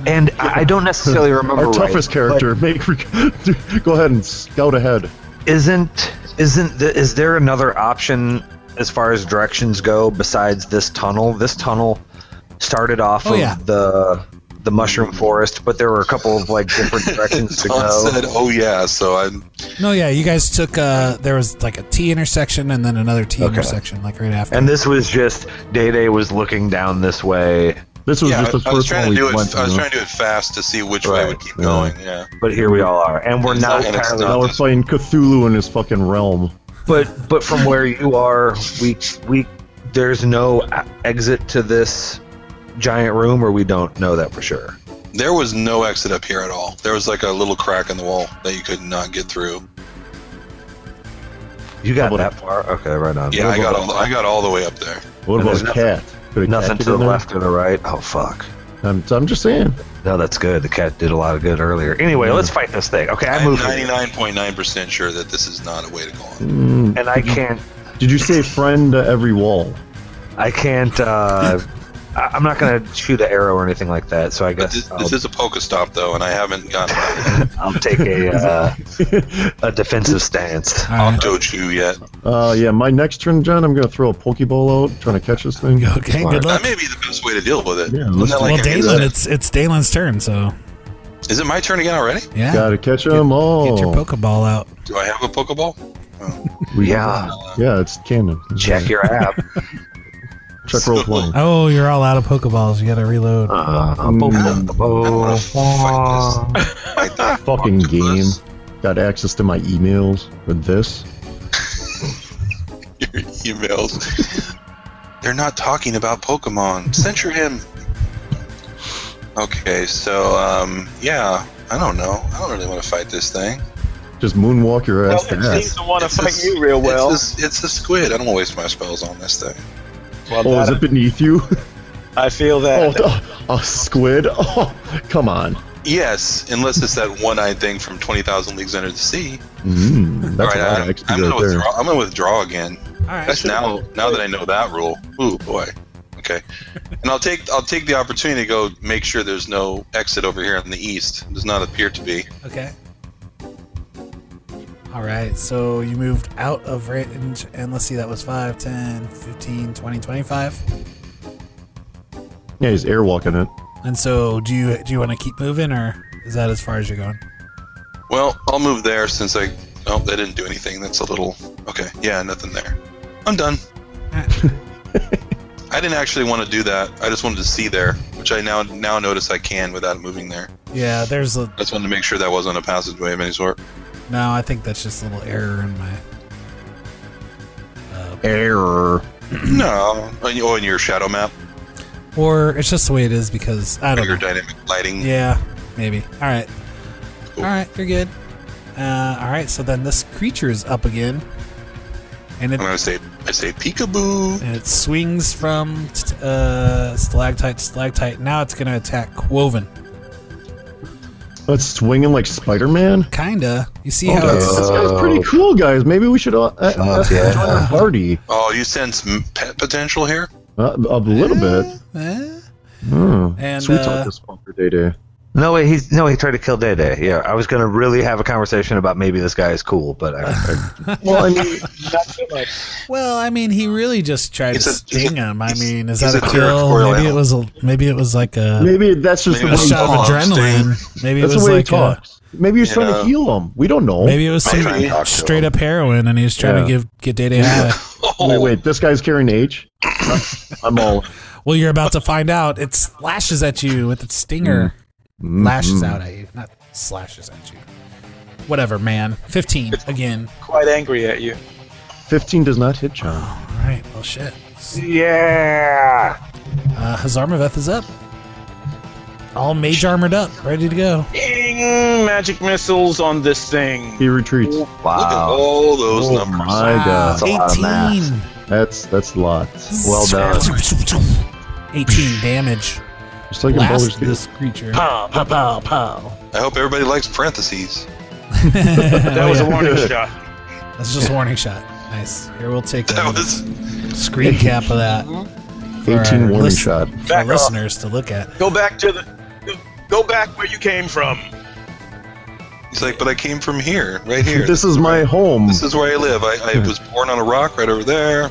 Speaker 8: And I I don't necessarily remember.
Speaker 5: (laughs) Our
Speaker 8: right,
Speaker 5: toughest character. Make (laughs) go ahead and scout ahead.
Speaker 8: but isn't isn't the, is there another option as far as directions go besides this tunnel? This tunnel started off
Speaker 6: Oh,
Speaker 8: of
Speaker 6: yeah.
Speaker 8: the the mushroom forest, but there were a couple of like
Speaker 6: (laughs)
Speaker 8: different directions (laughs) to
Speaker 4: Todd
Speaker 8: go.
Speaker 4: said, "Oh yeah," so I
Speaker 6: No, yeah, you guys took uh there was like a T intersection and then another T intersection like right after.
Speaker 8: And this was just Day Day was looking down this way,
Speaker 5: This was
Speaker 4: yeah,
Speaker 5: just the
Speaker 4: I, I was
Speaker 5: first
Speaker 4: trying
Speaker 5: one
Speaker 4: to
Speaker 5: we
Speaker 4: do it.
Speaker 5: went
Speaker 4: I was
Speaker 5: through.
Speaker 4: trying to do it fast to see which way
Speaker 8: Right,
Speaker 4: would keep
Speaker 5: yeah.
Speaker 4: going. Yeah,
Speaker 8: but here we all are, and we're
Speaker 4: It's not
Speaker 8: not
Speaker 4: gonna
Speaker 8: entirely.
Speaker 4: stop.
Speaker 5: Now we're playing Cthulhu in his fucking realm.
Speaker 8: But but from where you are, we we there's no a- exit to this giant room, or we don't know that for sure.
Speaker 4: there was no exit up here at all. There was like a little crack in the wall that you could not get through.
Speaker 8: You got
Speaker 5: Double
Speaker 8: that far? Okay, right on.
Speaker 4: Yeah, I got all, I got all the way up there.
Speaker 5: What
Speaker 8: And
Speaker 5: about
Speaker 8: there's
Speaker 5: a
Speaker 8: nothing-
Speaker 5: cat? Could a
Speaker 8: nothing
Speaker 5: cat get
Speaker 8: to the
Speaker 5: in there?
Speaker 8: left or the right. Oh fuck.
Speaker 5: I'm, I'm just saying.
Speaker 8: No, that's good. The cat did a lot of good earlier. Anyway, let's fight this thing. Okay, I
Speaker 4: I'm
Speaker 8: moved,
Speaker 4: 99.9 percent sure that this is not a way to go on.
Speaker 5: Mm,
Speaker 8: and I can't.
Speaker 5: did you say friend to every wall?
Speaker 8: I can't. uh I- I'm not gonna shoot an arrow or anything like that, so I
Speaker 4: But
Speaker 8: guess
Speaker 4: this,
Speaker 8: I'll,
Speaker 4: this is a poker stop though, and I
Speaker 5: (laughs)
Speaker 4: haven't gotten back
Speaker 8: I'll take
Speaker 4: (laughs)
Speaker 8: a uh, a defensive stance.
Speaker 6: All right.
Speaker 4: Doju yet.
Speaker 5: Uh, yeah, my next turn, John, I'm gonna throw a pokeball out, trying to catch this thing.
Speaker 6: (laughs) Okay,
Speaker 4: That
Speaker 6: good luck.
Speaker 4: may be the best way to deal with it.
Speaker 5: Yeah,
Speaker 4: Isn't
Speaker 5: let's-
Speaker 4: that
Speaker 6: Well,
Speaker 4: like every-
Speaker 6: Dalen, it's it's Dalen's turn, so
Speaker 4: is it my turn again already?
Speaker 6: yeah.
Speaker 5: Gotta catch them all.
Speaker 6: Get your Pokeball out.
Speaker 4: Do I have a Pokeball?
Speaker 5: We-
Speaker 8: Yeah,
Speaker 5: yeah, it's canon.
Speaker 8: check your app.
Speaker 5: Check roll playing.
Speaker 6: Oh, you're all out of Pokeballs. You gotta reload.
Speaker 8: Uh,
Speaker 5: Mm. Oh,
Speaker 8: boom, boom,
Speaker 4: wanna
Speaker 8: boom.
Speaker 4: fight (laughs)
Speaker 5: Fucking
Speaker 4: Octopus.
Speaker 5: game. Got access to my emails for this.
Speaker 4: Your emails. (laughs) They're not talking about Pokemon. Censure him. Okay, so um, yeah, I don't know. I don't really want to fight this thing.
Speaker 5: Just moonwalk your ass to
Speaker 7: Well, it seems
Speaker 5: ass.
Speaker 7: to want to
Speaker 4: It's
Speaker 7: fight
Speaker 4: a-
Speaker 7: you real well.
Speaker 4: It's a, it's a squid. I don't want to waste my spells on this thing.
Speaker 7: Well,
Speaker 5: Oh, is
Speaker 7: that-
Speaker 5: it beneath you? (laughs)
Speaker 7: I feel
Speaker 5: Oh,
Speaker 7: that.
Speaker 5: a squid? (laughs) Oh, come on.
Speaker 4: Yes, unless it's that one-eyed thing from Twenty Thousand Leagues Under the Sea.
Speaker 5: Mm, that's
Speaker 4: All
Speaker 5: a lot
Speaker 4: right,
Speaker 5: of
Speaker 4: I,
Speaker 5: XP
Speaker 4: I'm
Speaker 5: right
Speaker 4: gonna
Speaker 5: there.
Speaker 4: withdraw. I'm gonna withdraw again.
Speaker 6: All right.
Speaker 4: That's now. Now that I know that rule. Ooh boy.
Speaker 6: (laughs)
Speaker 4: Okay. And I'll take I'll take the opportunity to go make sure there's no exit over here in the east. Does not appear to be.
Speaker 6: Okay. All right, so you moved out of range, and let's see, that was 5, 10, 15, 20, 25.
Speaker 5: Yeah, he's airwalking it.
Speaker 6: And so, do you do you want to keep moving, or is that as far as you're going?
Speaker 4: Well, I'll move there since I. Oh, that didn't do anything. That's a little. Okay. Yeah, nothing there. I'm
Speaker 6: (laughs)
Speaker 4: done. I didn't actually want to do that. I just wanted to see there, which I now now notice I can without moving there.
Speaker 6: Yeah, there's a
Speaker 4: I just wanted to make sure that wasn't a passageway of any
Speaker 6: (clears throat)
Speaker 4: sort.
Speaker 6: no. I think that's just a little error in my
Speaker 5: Error.
Speaker 4: No. Oh, and you- oh, and your shadow map,
Speaker 6: Or it's just the way it is because I don't
Speaker 4: your
Speaker 6: know.
Speaker 4: dynamic lighting.
Speaker 6: Yeah, maybe. All right.
Speaker 4: Cool.
Speaker 6: All right, you're good. Uh, all right, so then this creature is up again, and it
Speaker 4: I'm gonna say I say peekaboo.
Speaker 6: and it swings from st- uh, stalactite to stalactite. Now it's gonna attack Quoven.
Speaker 5: That's swinging like Spider Man.
Speaker 6: Kinda. You see how it's
Speaker 5: This guy's pretty cool, guys. Maybe we should all, uh, ask him to join our party.
Speaker 4: Oh, you sense m- pet potential here?
Speaker 5: Uh, a little bit.
Speaker 6: (laughs) Eh?
Speaker 5: Hmm.
Speaker 6: And,
Speaker 5: Sweet
Speaker 6: uh,
Speaker 5: talk this one for Day Day.
Speaker 8: No, wait, he's no, he tried to kill Day Day. Yeah, I was gonna really have a conversation about maybe this guy is cool, but I,
Speaker 5: (sighs)
Speaker 8: I
Speaker 5: Well, I mean,
Speaker 6: Well, I mean, he really just tried
Speaker 4: He's
Speaker 6: to
Speaker 4: a-
Speaker 6: sting him. I
Speaker 4: he's-
Speaker 6: mean, is
Speaker 4: he's
Speaker 6: that a
Speaker 4: a
Speaker 6: kill?
Speaker 4: territorial
Speaker 6: Maybe it
Speaker 4: animal.
Speaker 6: was a maybe it was like a,
Speaker 5: maybe that's just
Speaker 4: Maybe
Speaker 6: a
Speaker 4: that's
Speaker 5: the way
Speaker 6: shot
Speaker 5: he
Speaker 4: Oh,
Speaker 6: of
Speaker 5: talks.
Speaker 6: adrenaline. Maybe it
Speaker 5: That's
Speaker 6: was
Speaker 5: the way
Speaker 6: like
Speaker 5: he
Speaker 6: a,
Speaker 5: talks. Maybe he's
Speaker 4: You
Speaker 5: trying
Speaker 4: know.
Speaker 5: to heal him. We don't know.
Speaker 6: maybe it was
Speaker 4: I'll try and
Speaker 6: some
Speaker 4: talk to
Speaker 6: straight up heroin, and he was trying to give get data high.
Speaker 5: Wait, wait, this guy's carrying H. I'm all.
Speaker 6: Well, you're about to find out. It slashes at you with its stinger. Lashes out at you, not slashes at you. Whatever, man. 15 again.
Speaker 7: Quite angry at you.
Speaker 5: 15 does not hit John.
Speaker 6: All right. Well, shit.
Speaker 8: yeah.
Speaker 6: Uh, Hazarmaveth is up. All mage armored up, ready to go.
Speaker 7: Ding! Magic missiles on this thing.
Speaker 5: He retreats.
Speaker 4: Look at
Speaker 8: Wow.
Speaker 4: all those
Speaker 5: Ah, Oh
Speaker 4: numbers.
Speaker 5: my god.
Speaker 8: a lot of math.
Speaker 6: 18.
Speaker 5: That's that's lots. Well done.
Speaker 6: 18 damage.
Speaker 5: Just like in Baldur's
Speaker 6: Blast
Speaker 5: Gate.
Speaker 6: this creature.
Speaker 7: Pow, pow, pow, pow.
Speaker 4: I hope everybody likes parentheses.
Speaker 7: That
Speaker 6: that
Speaker 7: was a warning shot.
Speaker 6: That's just a warning shot. Nice. Here, we'll take a
Speaker 4: That was
Speaker 6: screen cap of that. for
Speaker 5: 18
Speaker 6: our
Speaker 5: warning
Speaker 6: listen-
Speaker 5: shot.
Speaker 6: for
Speaker 7: Back
Speaker 6: our
Speaker 7: off.
Speaker 6: listeners to look at.
Speaker 7: Go back to the. Go back where you came from.
Speaker 4: He's like, but I came from here, right here.
Speaker 5: (laughs)
Speaker 4: This,
Speaker 5: This is my home.
Speaker 4: is where I live. I, I was born on a rock right over there.
Speaker 8: I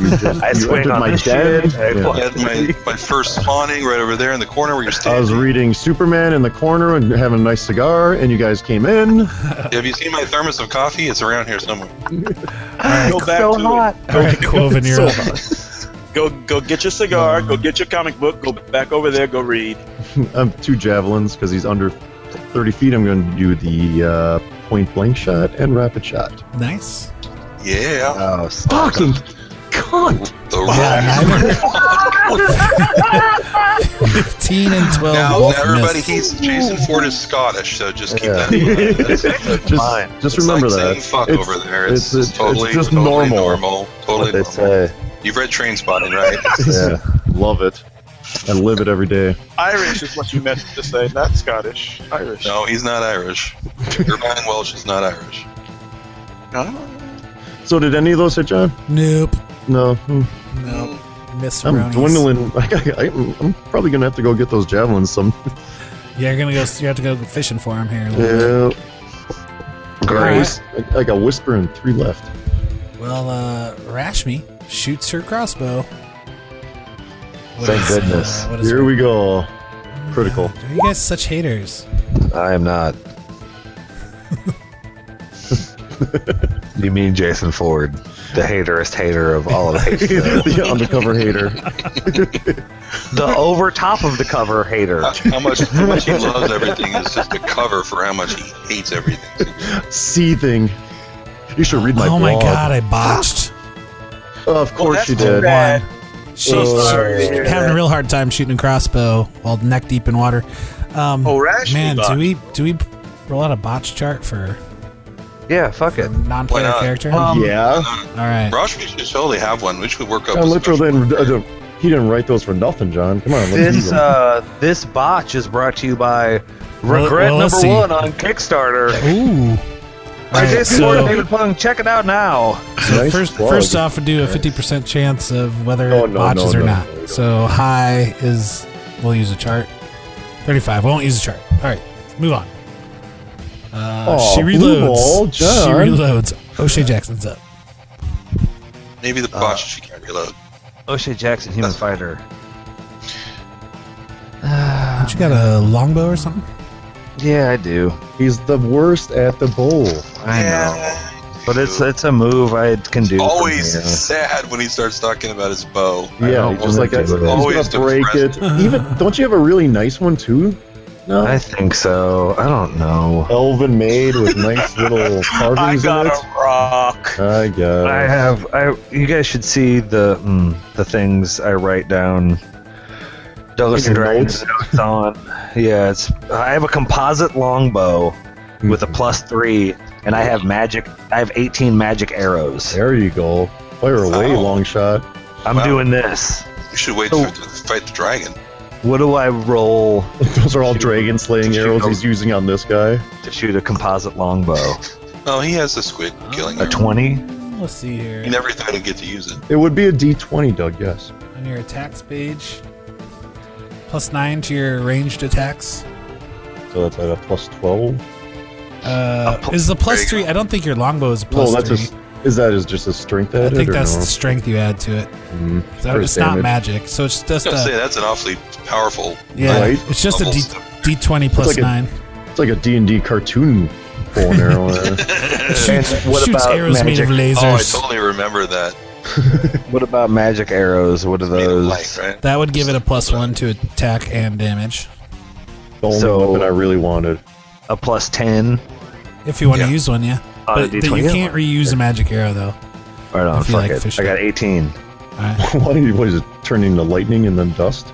Speaker 5: You
Speaker 8: swing
Speaker 5: entered
Speaker 8: on
Speaker 5: my
Speaker 8: this
Speaker 5: den.
Speaker 8: shit. I
Speaker 5: Yeah.
Speaker 4: I
Speaker 8: walk-
Speaker 4: had
Speaker 5: (laughs)
Speaker 4: my, my first spawning right over there in the corner where you're
Speaker 5: I was
Speaker 4: standing.
Speaker 5: reading Superman in the corner and having a nice cigar, and you guys came in.
Speaker 4: Have you seen my thermos of coffee? It's around here somewhere.
Speaker 7: Go back
Speaker 8: so
Speaker 7: to
Speaker 8: hot.
Speaker 6: All right, Quoven, you're up.
Speaker 7: Go go get your cigar. Go get your comic book. Go back over there. Go read.
Speaker 5: I'm two javelins because he's under 30 feet. I'm going to do the uh, point blank shot and rapid
Speaker 4: (laughs)
Speaker 5: shot.
Speaker 6: Nice.
Speaker 4: Yeah.
Speaker 8: Oh,
Speaker 5: Fucking
Speaker 4: The rock. (laughs)
Speaker 6: (laughs) Fifteen and twelve.
Speaker 4: Now,
Speaker 6: both
Speaker 4: everybody,
Speaker 6: missed.
Speaker 4: he's Jason Ford is Scottish, so just keep
Speaker 5: Yeah.
Speaker 4: that in mind. That's- that's-
Speaker 5: just,
Speaker 8: Fine.
Speaker 5: just
Speaker 4: it's
Speaker 5: remember
Speaker 4: like
Speaker 5: that.
Speaker 4: saying fuck
Speaker 5: It's-
Speaker 4: over there. It's,
Speaker 5: it's-
Speaker 4: just totally,
Speaker 5: it's just
Speaker 4: totally
Speaker 5: normal.
Speaker 4: Totally
Speaker 8: they
Speaker 4: normal.
Speaker 8: say.
Speaker 4: You've read Train
Speaker 5: (laughs)
Speaker 4: Spotting, right?
Speaker 5: Yeah, love it. I live it every day.
Speaker 7: Irish is what you meant to say, not Scottish. Irish.
Speaker 4: no, he's not Irish. Irvine Welsh is not Irish.
Speaker 7: Hmm.
Speaker 5: So did any of those hit John?
Speaker 6: Nope.
Speaker 5: No. Hmm.
Speaker 6: Nope. Miss
Speaker 5: I'm
Speaker 6: Ronies.
Speaker 5: dwindling. (laughs) I, I, I'm- I'm probably gonna have to go get those javelins. Some.
Speaker 6: Yeah, you're gonna go. You have to go fishing for him here. a little bit.
Speaker 5: Yeah.
Speaker 6: All
Speaker 8: Great.
Speaker 6: right.
Speaker 5: I, I got whisper and three left.
Speaker 6: Well, uh, Rashmi shoots her crossbow. What
Speaker 8: Thank
Speaker 6: is,
Speaker 8: goodness.
Speaker 6: Uh, what is
Speaker 5: Here
Speaker 6: her-
Speaker 5: we go. Critical.
Speaker 6: Are you guys such haters?
Speaker 8: I am not. (laughs) you mean Jason Ford, the haterist hater of all of hate.
Speaker 5: the undercover hater.
Speaker 8: (laughs) the over top of the cover hater.
Speaker 5: Uh,
Speaker 4: How much, how much he loves everything is just a cover for how much he hates everything.
Speaker 5: Seething. You should read my
Speaker 6: oh
Speaker 5: blog.
Speaker 6: my god, I botched.
Speaker 5: Of course
Speaker 7: that's
Speaker 5: you
Speaker 7: too
Speaker 5: did.
Speaker 7: bad. Bad.
Speaker 6: She's
Speaker 5: Oh, sorry.
Speaker 6: having a real hard time shooting a crossbow while neck deep in water. Um,
Speaker 7: Oh, Rashmi
Speaker 6: man, do
Speaker 7: botched.
Speaker 6: we do we roll out a botch chart for
Speaker 8: Yeah, fuck it.
Speaker 4: Why
Speaker 6: non-player
Speaker 4: not?
Speaker 6: character?
Speaker 5: yeah.
Speaker 6: All right.
Speaker 4: Rosh, we should totally have one. We should work up.
Speaker 5: John
Speaker 4: a
Speaker 5: Littrell
Speaker 4: special-
Speaker 5: didn't. uh, he didn't write those for nothing, John. Come on. Let's use
Speaker 8: This
Speaker 5: them.
Speaker 8: uh, this botch is brought to you by
Speaker 6: Well,
Speaker 8: regret
Speaker 6: well, let's
Speaker 8: number
Speaker 6: see.
Speaker 8: one on Kickstarter.
Speaker 6: Ooh. All
Speaker 8: By
Speaker 6: right,
Speaker 8: Jason Ford and
Speaker 6: so,
Speaker 8: David Pung, check it out now.
Speaker 6: so
Speaker 5: Nice
Speaker 6: first,
Speaker 5: plug.
Speaker 6: first off, we do a fifty percent chance of whether
Speaker 5: No,
Speaker 6: it
Speaker 5: no,
Speaker 6: botches
Speaker 5: no,
Speaker 6: or
Speaker 5: no,
Speaker 6: not.
Speaker 5: no, no.
Speaker 6: So high is we'll use a chart. Thirty-five. We won't use a chart. All right, move on. Uh,
Speaker 5: Aw,
Speaker 6: she
Speaker 5: Oh, blue
Speaker 6: reloads.
Speaker 5: ball,
Speaker 6: she
Speaker 5: John.
Speaker 6: reloads. O'Shea Jackson's up.
Speaker 4: Maybe
Speaker 5: Uh,
Speaker 4: the botch she can't reload.
Speaker 8: O'Shea Jackson, human fighter.
Speaker 6: Don't you got a longbow or something?
Speaker 8: Yeah, I do.
Speaker 5: He's the worst at the bowl.
Speaker 8: I
Speaker 4: Yeah.
Speaker 8: know, but it's it's a move I can do. from
Speaker 4: Always
Speaker 8: here.
Speaker 4: sad when he starts talking about his bow.
Speaker 8: I
Speaker 5: Yeah,
Speaker 8: don't
Speaker 5: he's just like
Speaker 8: wanna
Speaker 5: I, he's
Speaker 8: do that.
Speaker 5: gonna
Speaker 4: Always
Speaker 5: break it.
Speaker 4: depressed.
Speaker 5: Even don't you have a really nice one too?
Speaker 1: No.
Speaker 8: I think so. I don't know.
Speaker 5: Elven made with nice little
Speaker 7: I
Speaker 5: carvings in
Speaker 7: got
Speaker 5: it.
Speaker 7: a rock.
Speaker 5: I got.
Speaker 8: I have. I. You guys should see the mm, the things I write down. Douglas and
Speaker 5: In your
Speaker 8: Dragons notes on. Yeah, it's. I have a composite longbow with a plus three, and I have magic. I have eighteen magic arrows.
Speaker 5: There you go. Fire away,
Speaker 4: Oh.
Speaker 5: long shot. (laughs)
Speaker 8: I'm
Speaker 4: Wow.
Speaker 8: doing this.
Speaker 4: You should wait
Speaker 8: So-
Speaker 4: to fight the dragon.
Speaker 8: What do I roll
Speaker 5: Those are all dragon slaying
Speaker 8: Shoot
Speaker 5: arrows
Speaker 8: him.
Speaker 5: he's using on this guy.
Speaker 8: to shoot a composite longbow?
Speaker 4: Oh, he has the squid killing
Speaker 8: A
Speaker 4: arrow.
Speaker 8: twenty.
Speaker 6: Let's see here.
Speaker 4: He never thought he'd get to use it.
Speaker 5: It would be a D20, Doug. Yes.
Speaker 6: On your attacks page, plus nine to your ranged attacks.
Speaker 5: So that's at a plus 12.
Speaker 6: Uh,
Speaker 8: pl-
Speaker 6: is the plus
Speaker 4: there you
Speaker 6: three? I don't think your longbow is a
Speaker 5: Well,
Speaker 6: plus
Speaker 5: Oh, that's
Speaker 6: three.
Speaker 5: just. Is that is just a strength
Speaker 6: I
Speaker 5: added?
Speaker 6: think
Speaker 5: or
Speaker 6: that's
Speaker 5: no?
Speaker 6: the strength you add to it.
Speaker 5: Mm,
Speaker 6: So
Speaker 5: first
Speaker 6: it's not
Speaker 5: damage.
Speaker 6: magic, so it's just
Speaker 4: I was gonna say
Speaker 6: a
Speaker 4: that's an awfully powerful.
Speaker 6: yeah.
Speaker 5: Right.
Speaker 6: It's just a
Speaker 4: Double
Speaker 6: D
Speaker 4: stuff.
Speaker 6: D twenty plus
Speaker 5: like a-
Speaker 6: nine.
Speaker 5: It's like a D&D cartoon bow
Speaker 6: (laughs)
Speaker 5: and arrow. uh,
Speaker 6: It (laughs) shoots,
Speaker 8: what
Speaker 6: shoots
Speaker 8: about
Speaker 6: arrows made of lasers.
Speaker 4: Oh, I totally remember that.
Speaker 8: What about magic arrows? What are
Speaker 4: Made of
Speaker 8: those?
Speaker 4: light,
Speaker 5: (laughs)
Speaker 4: right?
Speaker 6: that would give it a plus one to attack and damage
Speaker 5: the only
Speaker 8: So-
Speaker 5: weapon I really wanted. (laughs)
Speaker 8: A plus ten.
Speaker 6: if you want
Speaker 4: Yeah.
Speaker 6: to use one. Yeah,
Speaker 8: On a
Speaker 6: but, but
Speaker 8: D20,
Speaker 6: you
Speaker 8: yeah.
Speaker 6: can't reuse a magic arrow though.
Speaker 8: Right on.
Speaker 6: if you
Speaker 8: Fuck
Speaker 6: like
Speaker 8: it.
Speaker 6: fish
Speaker 8: I got eighteen.
Speaker 6: All right.
Speaker 5: Why did he- what is it turning to lightning and then dust?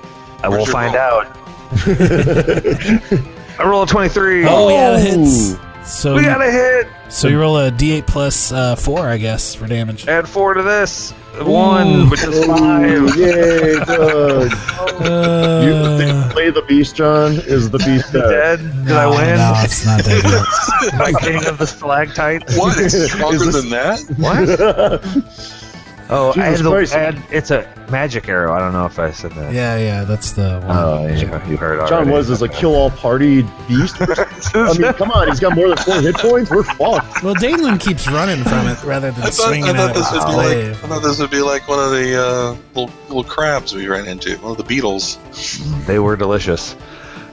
Speaker 8: I will
Speaker 4: Where's your
Speaker 8: find
Speaker 4: roll?
Speaker 8: (laughs) out. I roll a 23.
Speaker 6: Oh, yeah, that hits. So
Speaker 8: We
Speaker 6: you,
Speaker 8: got a hit.
Speaker 6: so you roll a D eight plus uh, four, I guess, for damage.
Speaker 8: Add four to this. One,
Speaker 6: Ooh.
Speaker 8: which is five.
Speaker 5: Oh, Yay, Doug! You
Speaker 6: Uh,
Speaker 5: play the beast, John. Is the beast dead?
Speaker 8: Dead. Did I
Speaker 6: no,
Speaker 8: win?
Speaker 6: No, it's not that good.
Speaker 8: (laughs) My king of the stalactites.
Speaker 5: (laughs)
Speaker 4: What? It's stronger
Speaker 5: Is this-
Speaker 4: than that?
Speaker 8: (laughs) Oh, I
Speaker 5: (laughs)
Speaker 8: had
Speaker 5: Jesus
Speaker 8: the,
Speaker 5: Christ.
Speaker 8: add, it's a magic arrow. I don't know if I said that.
Speaker 6: Yeah, yeah, that's the one.
Speaker 8: Oh, yeah, you heard already.
Speaker 5: John was
Speaker 8: (laughs)
Speaker 5: is a kill-all party beast. I mean, come on, he's got more than four hit points. We're fucked.
Speaker 6: Well, Danglin keeps running from it rather than
Speaker 4: I thought,
Speaker 6: swinging
Speaker 4: I thought
Speaker 6: at it. Oh,
Speaker 4: this would be
Speaker 6: Slave.
Speaker 4: like I thought this would be like one of the uh, little, little crabs we ran into, one of the beetles.
Speaker 8: They were delicious.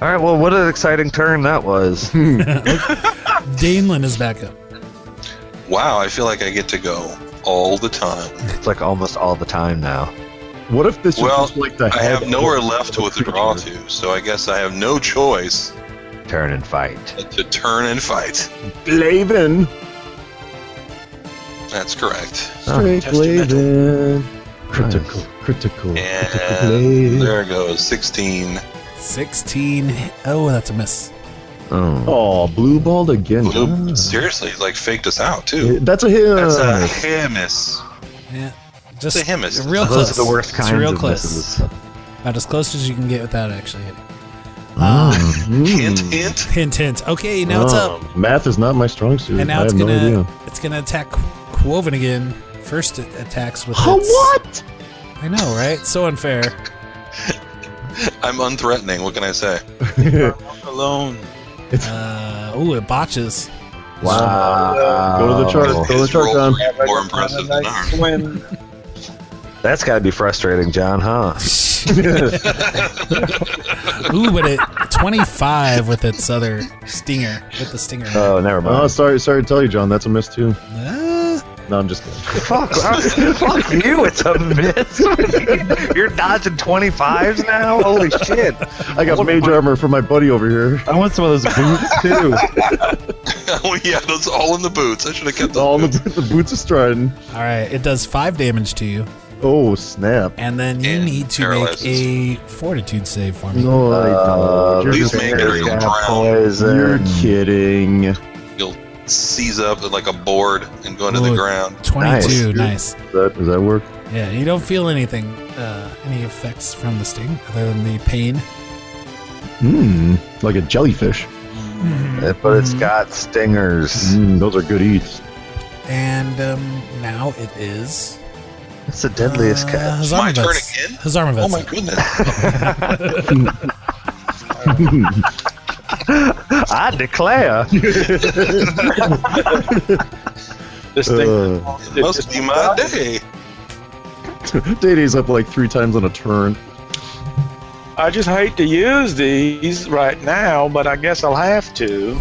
Speaker 8: All right, well, what an exciting turn
Speaker 5: (laughs)
Speaker 8: that was.
Speaker 6: Danelin is back up.
Speaker 4: Wow, I feel like I get to go all the
Speaker 5: (laughs)
Speaker 4: time.
Speaker 8: it's like almost all the time now.
Speaker 5: What if this
Speaker 4: Well,
Speaker 5: was just like the
Speaker 4: I
Speaker 5: head
Speaker 4: have nowhere
Speaker 5: of a
Speaker 4: left to withdraw
Speaker 5: creature?
Speaker 4: to, so I guess I have no choice
Speaker 8: Turn and fight.
Speaker 4: but to turn and fight.
Speaker 5: Blaven,
Speaker 4: That's correct.
Speaker 8: Ah.
Speaker 5: straight
Speaker 7: Testament.
Speaker 5: Blaven. Critical, critical, critical
Speaker 4: And
Speaker 5: Blaven.
Speaker 4: there goes sixteen.
Speaker 6: 16. Oh, that's a miss.
Speaker 8: Oh.
Speaker 5: Oh, blue balled again.
Speaker 4: Blue,
Speaker 5: Ah.
Speaker 4: seriously, like faked us out too.
Speaker 5: That's a hit.
Speaker 4: That's a hammis.
Speaker 6: Yeah. Just
Speaker 4: It's a hemisphere.
Speaker 6: Real
Speaker 8: (laughs) Those
Speaker 6: close.
Speaker 8: are the worst
Speaker 6: It's
Speaker 8: kinds
Speaker 6: real
Speaker 8: of
Speaker 6: close.
Speaker 8: misses.
Speaker 6: About as close as you can get without actually hitting. Uh,
Speaker 4: Hint, hint.
Speaker 6: (laughs) hint, hint. Okay, now it's
Speaker 5: Oh,
Speaker 6: up.
Speaker 5: Math is not my strong suit.
Speaker 6: And now
Speaker 5: I
Speaker 6: it's
Speaker 5: have no
Speaker 6: gonna
Speaker 5: idea.
Speaker 6: it's gonna attack Qu- Quoven again. First it attacks with
Speaker 5: Oh,
Speaker 6: its-
Speaker 5: what?
Speaker 6: I know, right? So unfair.
Speaker 4: I'm unthreatening. What can I say?
Speaker 7: Alone.
Speaker 6: Uh, ooh, it botches.
Speaker 8: Wow.
Speaker 5: Go to the chart. Go to the
Speaker 4: His
Speaker 5: chart,
Speaker 4: rolls
Speaker 5: John.
Speaker 4: are more impressive than ours.
Speaker 7: When
Speaker 8: That's got to be frustrating,
Speaker 6: (laughs)
Speaker 8: John, huh?
Speaker 6: Ooh, but it 25 with its other stinger. With the stinger.
Speaker 8: Oh, never mind.
Speaker 5: Oh, sorry, sorry to tell you, John. That's a miss too.
Speaker 6: Ah.
Speaker 5: No, I'm just kidding.
Speaker 8: fuck, fuck you, it's a miss. (laughs) You're dodging 25s now? Holy shit.
Speaker 5: I got mage armor from my buddy over here.
Speaker 8: I want some of those boots, too.
Speaker 4: (laughs)
Speaker 5: (laughs)
Speaker 4: oh yeah, that's all in the boots. I should have kept
Speaker 5: All (laughs)
Speaker 4: all
Speaker 5: in the, the boots of Stridon.
Speaker 6: All right, it does five damage to you,
Speaker 5: Oh snap!
Speaker 6: and then you
Speaker 4: And
Speaker 6: need to
Speaker 4: paralyzes.
Speaker 6: make a fortitude save for me.
Speaker 5: No, I
Speaker 8: Uh,
Speaker 5: don't. You're,
Speaker 4: Please
Speaker 5: just-
Speaker 4: make it real brown.
Speaker 5: you're
Speaker 8: Poison.
Speaker 5: kidding.
Speaker 4: You'll seize up like a board and go into the
Speaker 6: Ooh.
Speaker 4: ground.
Speaker 6: 22, nice.
Speaker 5: Nice. That, does that work?
Speaker 6: Yeah, you don't feel anything, uh, any effects from the sting other than the pain.
Speaker 5: Mmm, like a jellyfish.
Speaker 8: But it's got
Speaker 6: Mm-hmm.
Speaker 8: stingers.
Speaker 5: Mm, those are good (laughs) eats.
Speaker 6: And um, now it is.
Speaker 8: It's the deadliest
Speaker 5: (laughs)
Speaker 6: Uh,
Speaker 8: cat.
Speaker 6: Hazarmavets.
Speaker 4: My turn again?
Speaker 6: Hazarmavets.
Speaker 4: Oh my goodness!
Speaker 8: I declare.
Speaker 7: this thing.
Speaker 5: Uh,
Speaker 4: (laughs) It must be my day.
Speaker 5: Day's up like three times on a turn.
Speaker 7: I just hate to use these right now, but I guess I'll have to.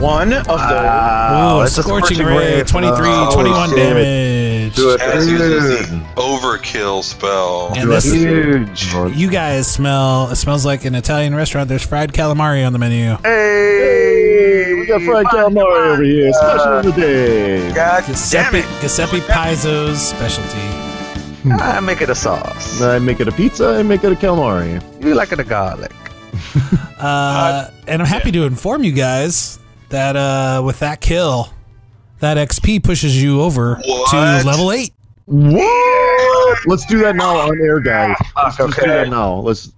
Speaker 7: One of those.
Speaker 8: Wow,
Speaker 4: Ah.
Speaker 6: Ooh,
Speaker 8: that's a
Speaker 6: scorching, ray, 23,
Speaker 8: Oh,
Speaker 6: 21
Speaker 8: shit.
Speaker 6: damage.
Speaker 8: Do it.
Speaker 4: As uses
Speaker 8: Dude.
Speaker 4: the overkill spell.
Speaker 6: And this,
Speaker 8: Huge.
Speaker 6: you guys smell. It smells like an Italian restaurant. There's fried calamari on the menu.
Speaker 8: Hey,
Speaker 5: We got fried calamari over here. Special of the day.
Speaker 8: God damn
Speaker 6: Giuseppe,
Speaker 8: it!
Speaker 6: Giuseppe Paizo's specialty.
Speaker 8: I make it a sauce.
Speaker 5: I make it a pizza. I make it a calamari.
Speaker 8: You like it a garlic.
Speaker 6: Uh, and I'm happy to inform you guys that uh, with that kill, that XP pushes you over
Speaker 4: What?
Speaker 6: to level eight.
Speaker 5: What? Let's do that now on air, guys.
Speaker 8: Fuck,
Speaker 5: Let's do that
Speaker 8: okay.
Speaker 5: now. Let's.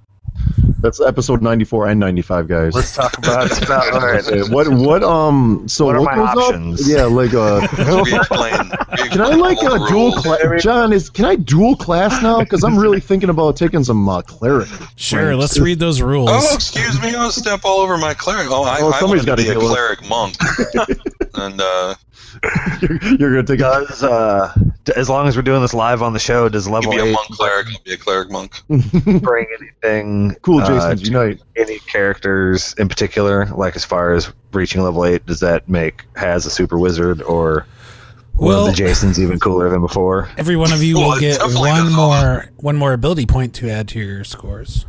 Speaker 5: That's episode 94 and 95, guys.
Speaker 8: Let's talk about spell. (laughs) All right.
Speaker 5: Okay, what what um so
Speaker 8: What are
Speaker 5: what
Speaker 8: my
Speaker 5: goes up-
Speaker 8: options?
Speaker 5: Yeah, like uh (laughs)
Speaker 8: (laughs)
Speaker 4: We (laughs) explain- we
Speaker 5: Can I
Speaker 4: explain
Speaker 5: like
Speaker 4: all
Speaker 5: a
Speaker 4: the
Speaker 5: dual
Speaker 4: rules.
Speaker 5: class? John is can I dual class now? Because I'm really thinking about taking some uh, cleric.
Speaker 6: Sure,
Speaker 5: ranks.
Speaker 6: let's read those rules.
Speaker 4: Oh, excuse me, I'll step all over my cleric. Oh, I,
Speaker 5: Oh,
Speaker 4: I
Speaker 5: somebody's gotta
Speaker 4: wanted to be a
Speaker 5: heal us. (laughs)
Speaker 4: cleric monk. and uh,
Speaker 5: You're, you're gonna take a
Speaker 8: Does uh, d- as long as we're doing this live on the show, does
Speaker 4: you
Speaker 8: level
Speaker 4: be a
Speaker 8: eight
Speaker 4: monk cleric, I'll be a cleric monk.
Speaker 8: bring anything?
Speaker 5: cool
Speaker 8: uh,
Speaker 5: Jason's
Speaker 8: to
Speaker 5: unite.
Speaker 8: any characters in particular? Like as far as reaching level eight, does that make has a super wizard or? or
Speaker 6: Well-
Speaker 8: the Jason's even cooler than before.
Speaker 6: Every one of you
Speaker 4: Well,
Speaker 6: will
Speaker 4: it
Speaker 6: get
Speaker 4: definitely
Speaker 6: one
Speaker 4: does.
Speaker 6: more one more ability point to add to your scores.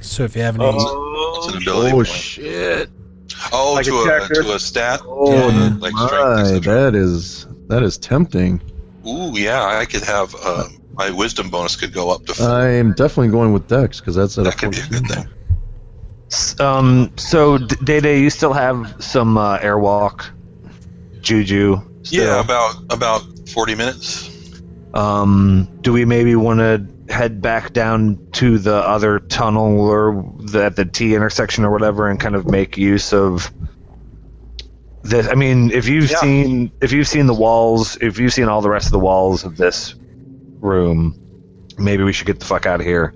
Speaker 6: So if you have any,
Speaker 4: It's an ability
Speaker 5: Oh
Speaker 4: point.
Speaker 5: shit!
Speaker 4: oh,
Speaker 7: Like
Speaker 4: to,
Speaker 7: a
Speaker 4: a,
Speaker 7: character.
Speaker 4: to a stat?
Speaker 5: Oh
Speaker 6: Yeah.
Speaker 4: Like strength,
Speaker 5: my,
Speaker 4: etc.
Speaker 5: that is that is tempting.
Speaker 4: Ooh, yeah, I could have uh, my wisdom bonus could go up to
Speaker 8: Uh,
Speaker 4: four.
Speaker 5: I'm definitely going with Dex because that's at a
Speaker 4: that could be a good thing.
Speaker 8: S- Um, so D- Day Day, you still have some uh, airwalk juju. Still.
Speaker 4: Yeah, about about forty minutes.
Speaker 8: Um, do we maybe want to head back down to the other tunnel or the, at the T intersection or whatever, and kind of make use of this? I mean, if you've
Speaker 4: Yeah.
Speaker 8: seen if you've seen the walls, if you've seen all the rest of the walls of this room, maybe we should get the fuck out of here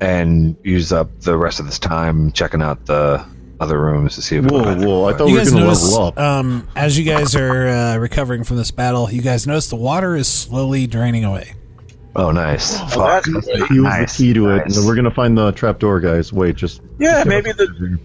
Speaker 8: and use up the rest of this time checking out the other rooms to see if. we
Speaker 5: Whoa,
Speaker 8: can-
Speaker 5: whoa! I thought we
Speaker 6: you
Speaker 5: were
Speaker 6: guys
Speaker 5: gonna
Speaker 6: notice
Speaker 5: level up.
Speaker 6: um, as you guys are uh, recovering from this battle, you guys notice the water is slowly draining away.
Speaker 8: Oh, nice. fuck.
Speaker 7: that's great.
Speaker 5: He was
Speaker 8: nice,
Speaker 5: the key to it.
Speaker 8: nice.
Speaker 5: And we're gonna find the trapdoor, guys. Wait, just
Speaker 7: Yeah, maybe the.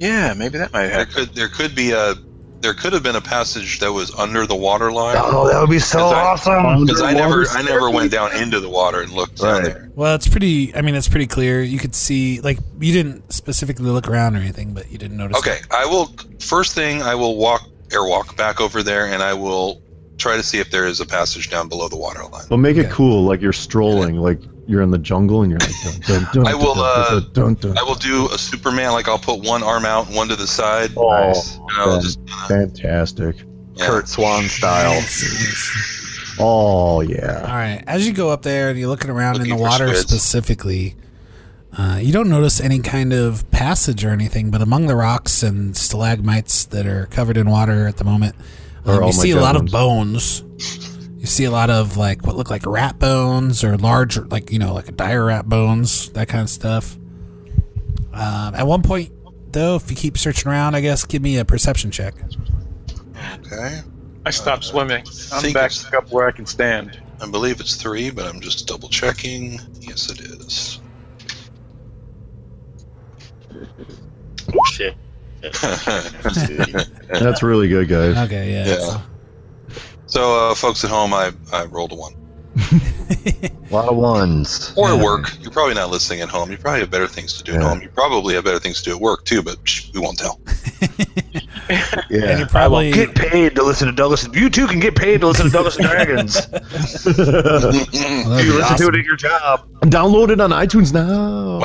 Speaker 7: Yeah, maybe that might
Speaker 4: There
Speaker 7: happen.
Speaker 4: could there could be a there could have been a passage that was under the water line
Speaker 8: Oh, that would be so
Speaker 4: Is that-
Speaker 8: awesome.
Speaker 4: because I never I never went down into the water and looked down
Speaker 8: Right.
Speaker 4: there.
Speaker 6: Well, it's pretty. I mean, it's pretty clear. You could see, like, you didn't specifically look around or anything, but you didn't notice.
Speaker 4: Okay, I will first thing I will walk airwalk back over there and I will try to see if there is a passage down below the water line.
Speaker 5: But make it
Speaker 6: Okay.
Speaker 5: cool, like you're strolling, like you're in the jungle and you're like. Dun, dun, dun,
Speaker 4: I will,
Speaker 5: dun,
Speaker 4: uh,
Speaker 5: dun, dun, dun.
Speaker 4: I will do a Superman like I'll put one arm out, and one to the side, and
Speaker 8: Nice.
Speaker 4: uh, I'll just
Speaker 5: Fantastic.
Speaker 4: yeah.
Speaker 8: Oh, Kurt Swan style.
Speaker 5: Oh yeah.
Speaker 6: All right. As you go up there and you're looking around in
Speaker 4: Looking
Speaker 6: the
Speaker 4: for
Speaker 6: water
Speaker 4: squids.
Speaker 6: specifically, uh, you don't notice any kind of passage or anything, but among the rocks and stalagmites that are covered in water at the moment,
Speaker 5: Are
Speaker 6: um,
Speaker 5: all
Speaker 6: you
Speaker 5: my
Speaker 6: see a
Speaker 5: dead
Speaker 6: lot of bones. You see a lot of like what look like rat bones or large, like you know, like a dire rat bones, that kind of stuff. Um, at one point, though, if you keep searching around, I guess give me a perception check.
Speaker 4: Okay.
Speaker 7: I stopped swimming. I'm
Speaker 4: think
Speaker 7: back
Speaker 4: it's-
Speaker 7: up where I can stand.
Speaker 4: I believe it's three, but I'm just double checking. Yes, it is.
Speaker 9: Shit.
Speaker 5: That's really good, guys.
Speaker 6: Okay, yeah.
Speaker 4: Yeah. (laughs) so, uh, folks at home, I, I rolled a one.
Speaker 8: A lot of ones.
Speaker 4: Or at work. You're probably not listening at home. You probably have better things to do at
Speaker 8: Yeah.
Speaker 4: home. You probably have better things to do at work, too, but psh, we won't tell.
Speaker 6: And
Speaker 8: Yeah.
Speaker 6: you're probably
Speaker 8: Get paid to listen to Douglas. You too can get paid to listen to Douglas
Speaker 6: (laughs)
Speaker 8: and Dragons.
Speaker 6: Well, that'd
Speaker 8: you
Speaker 6: be
Speaker 8: listen
Speaker 6: awesome.
Speaker 8: to it at your job.
Speaker 5: Download it on iTunes now.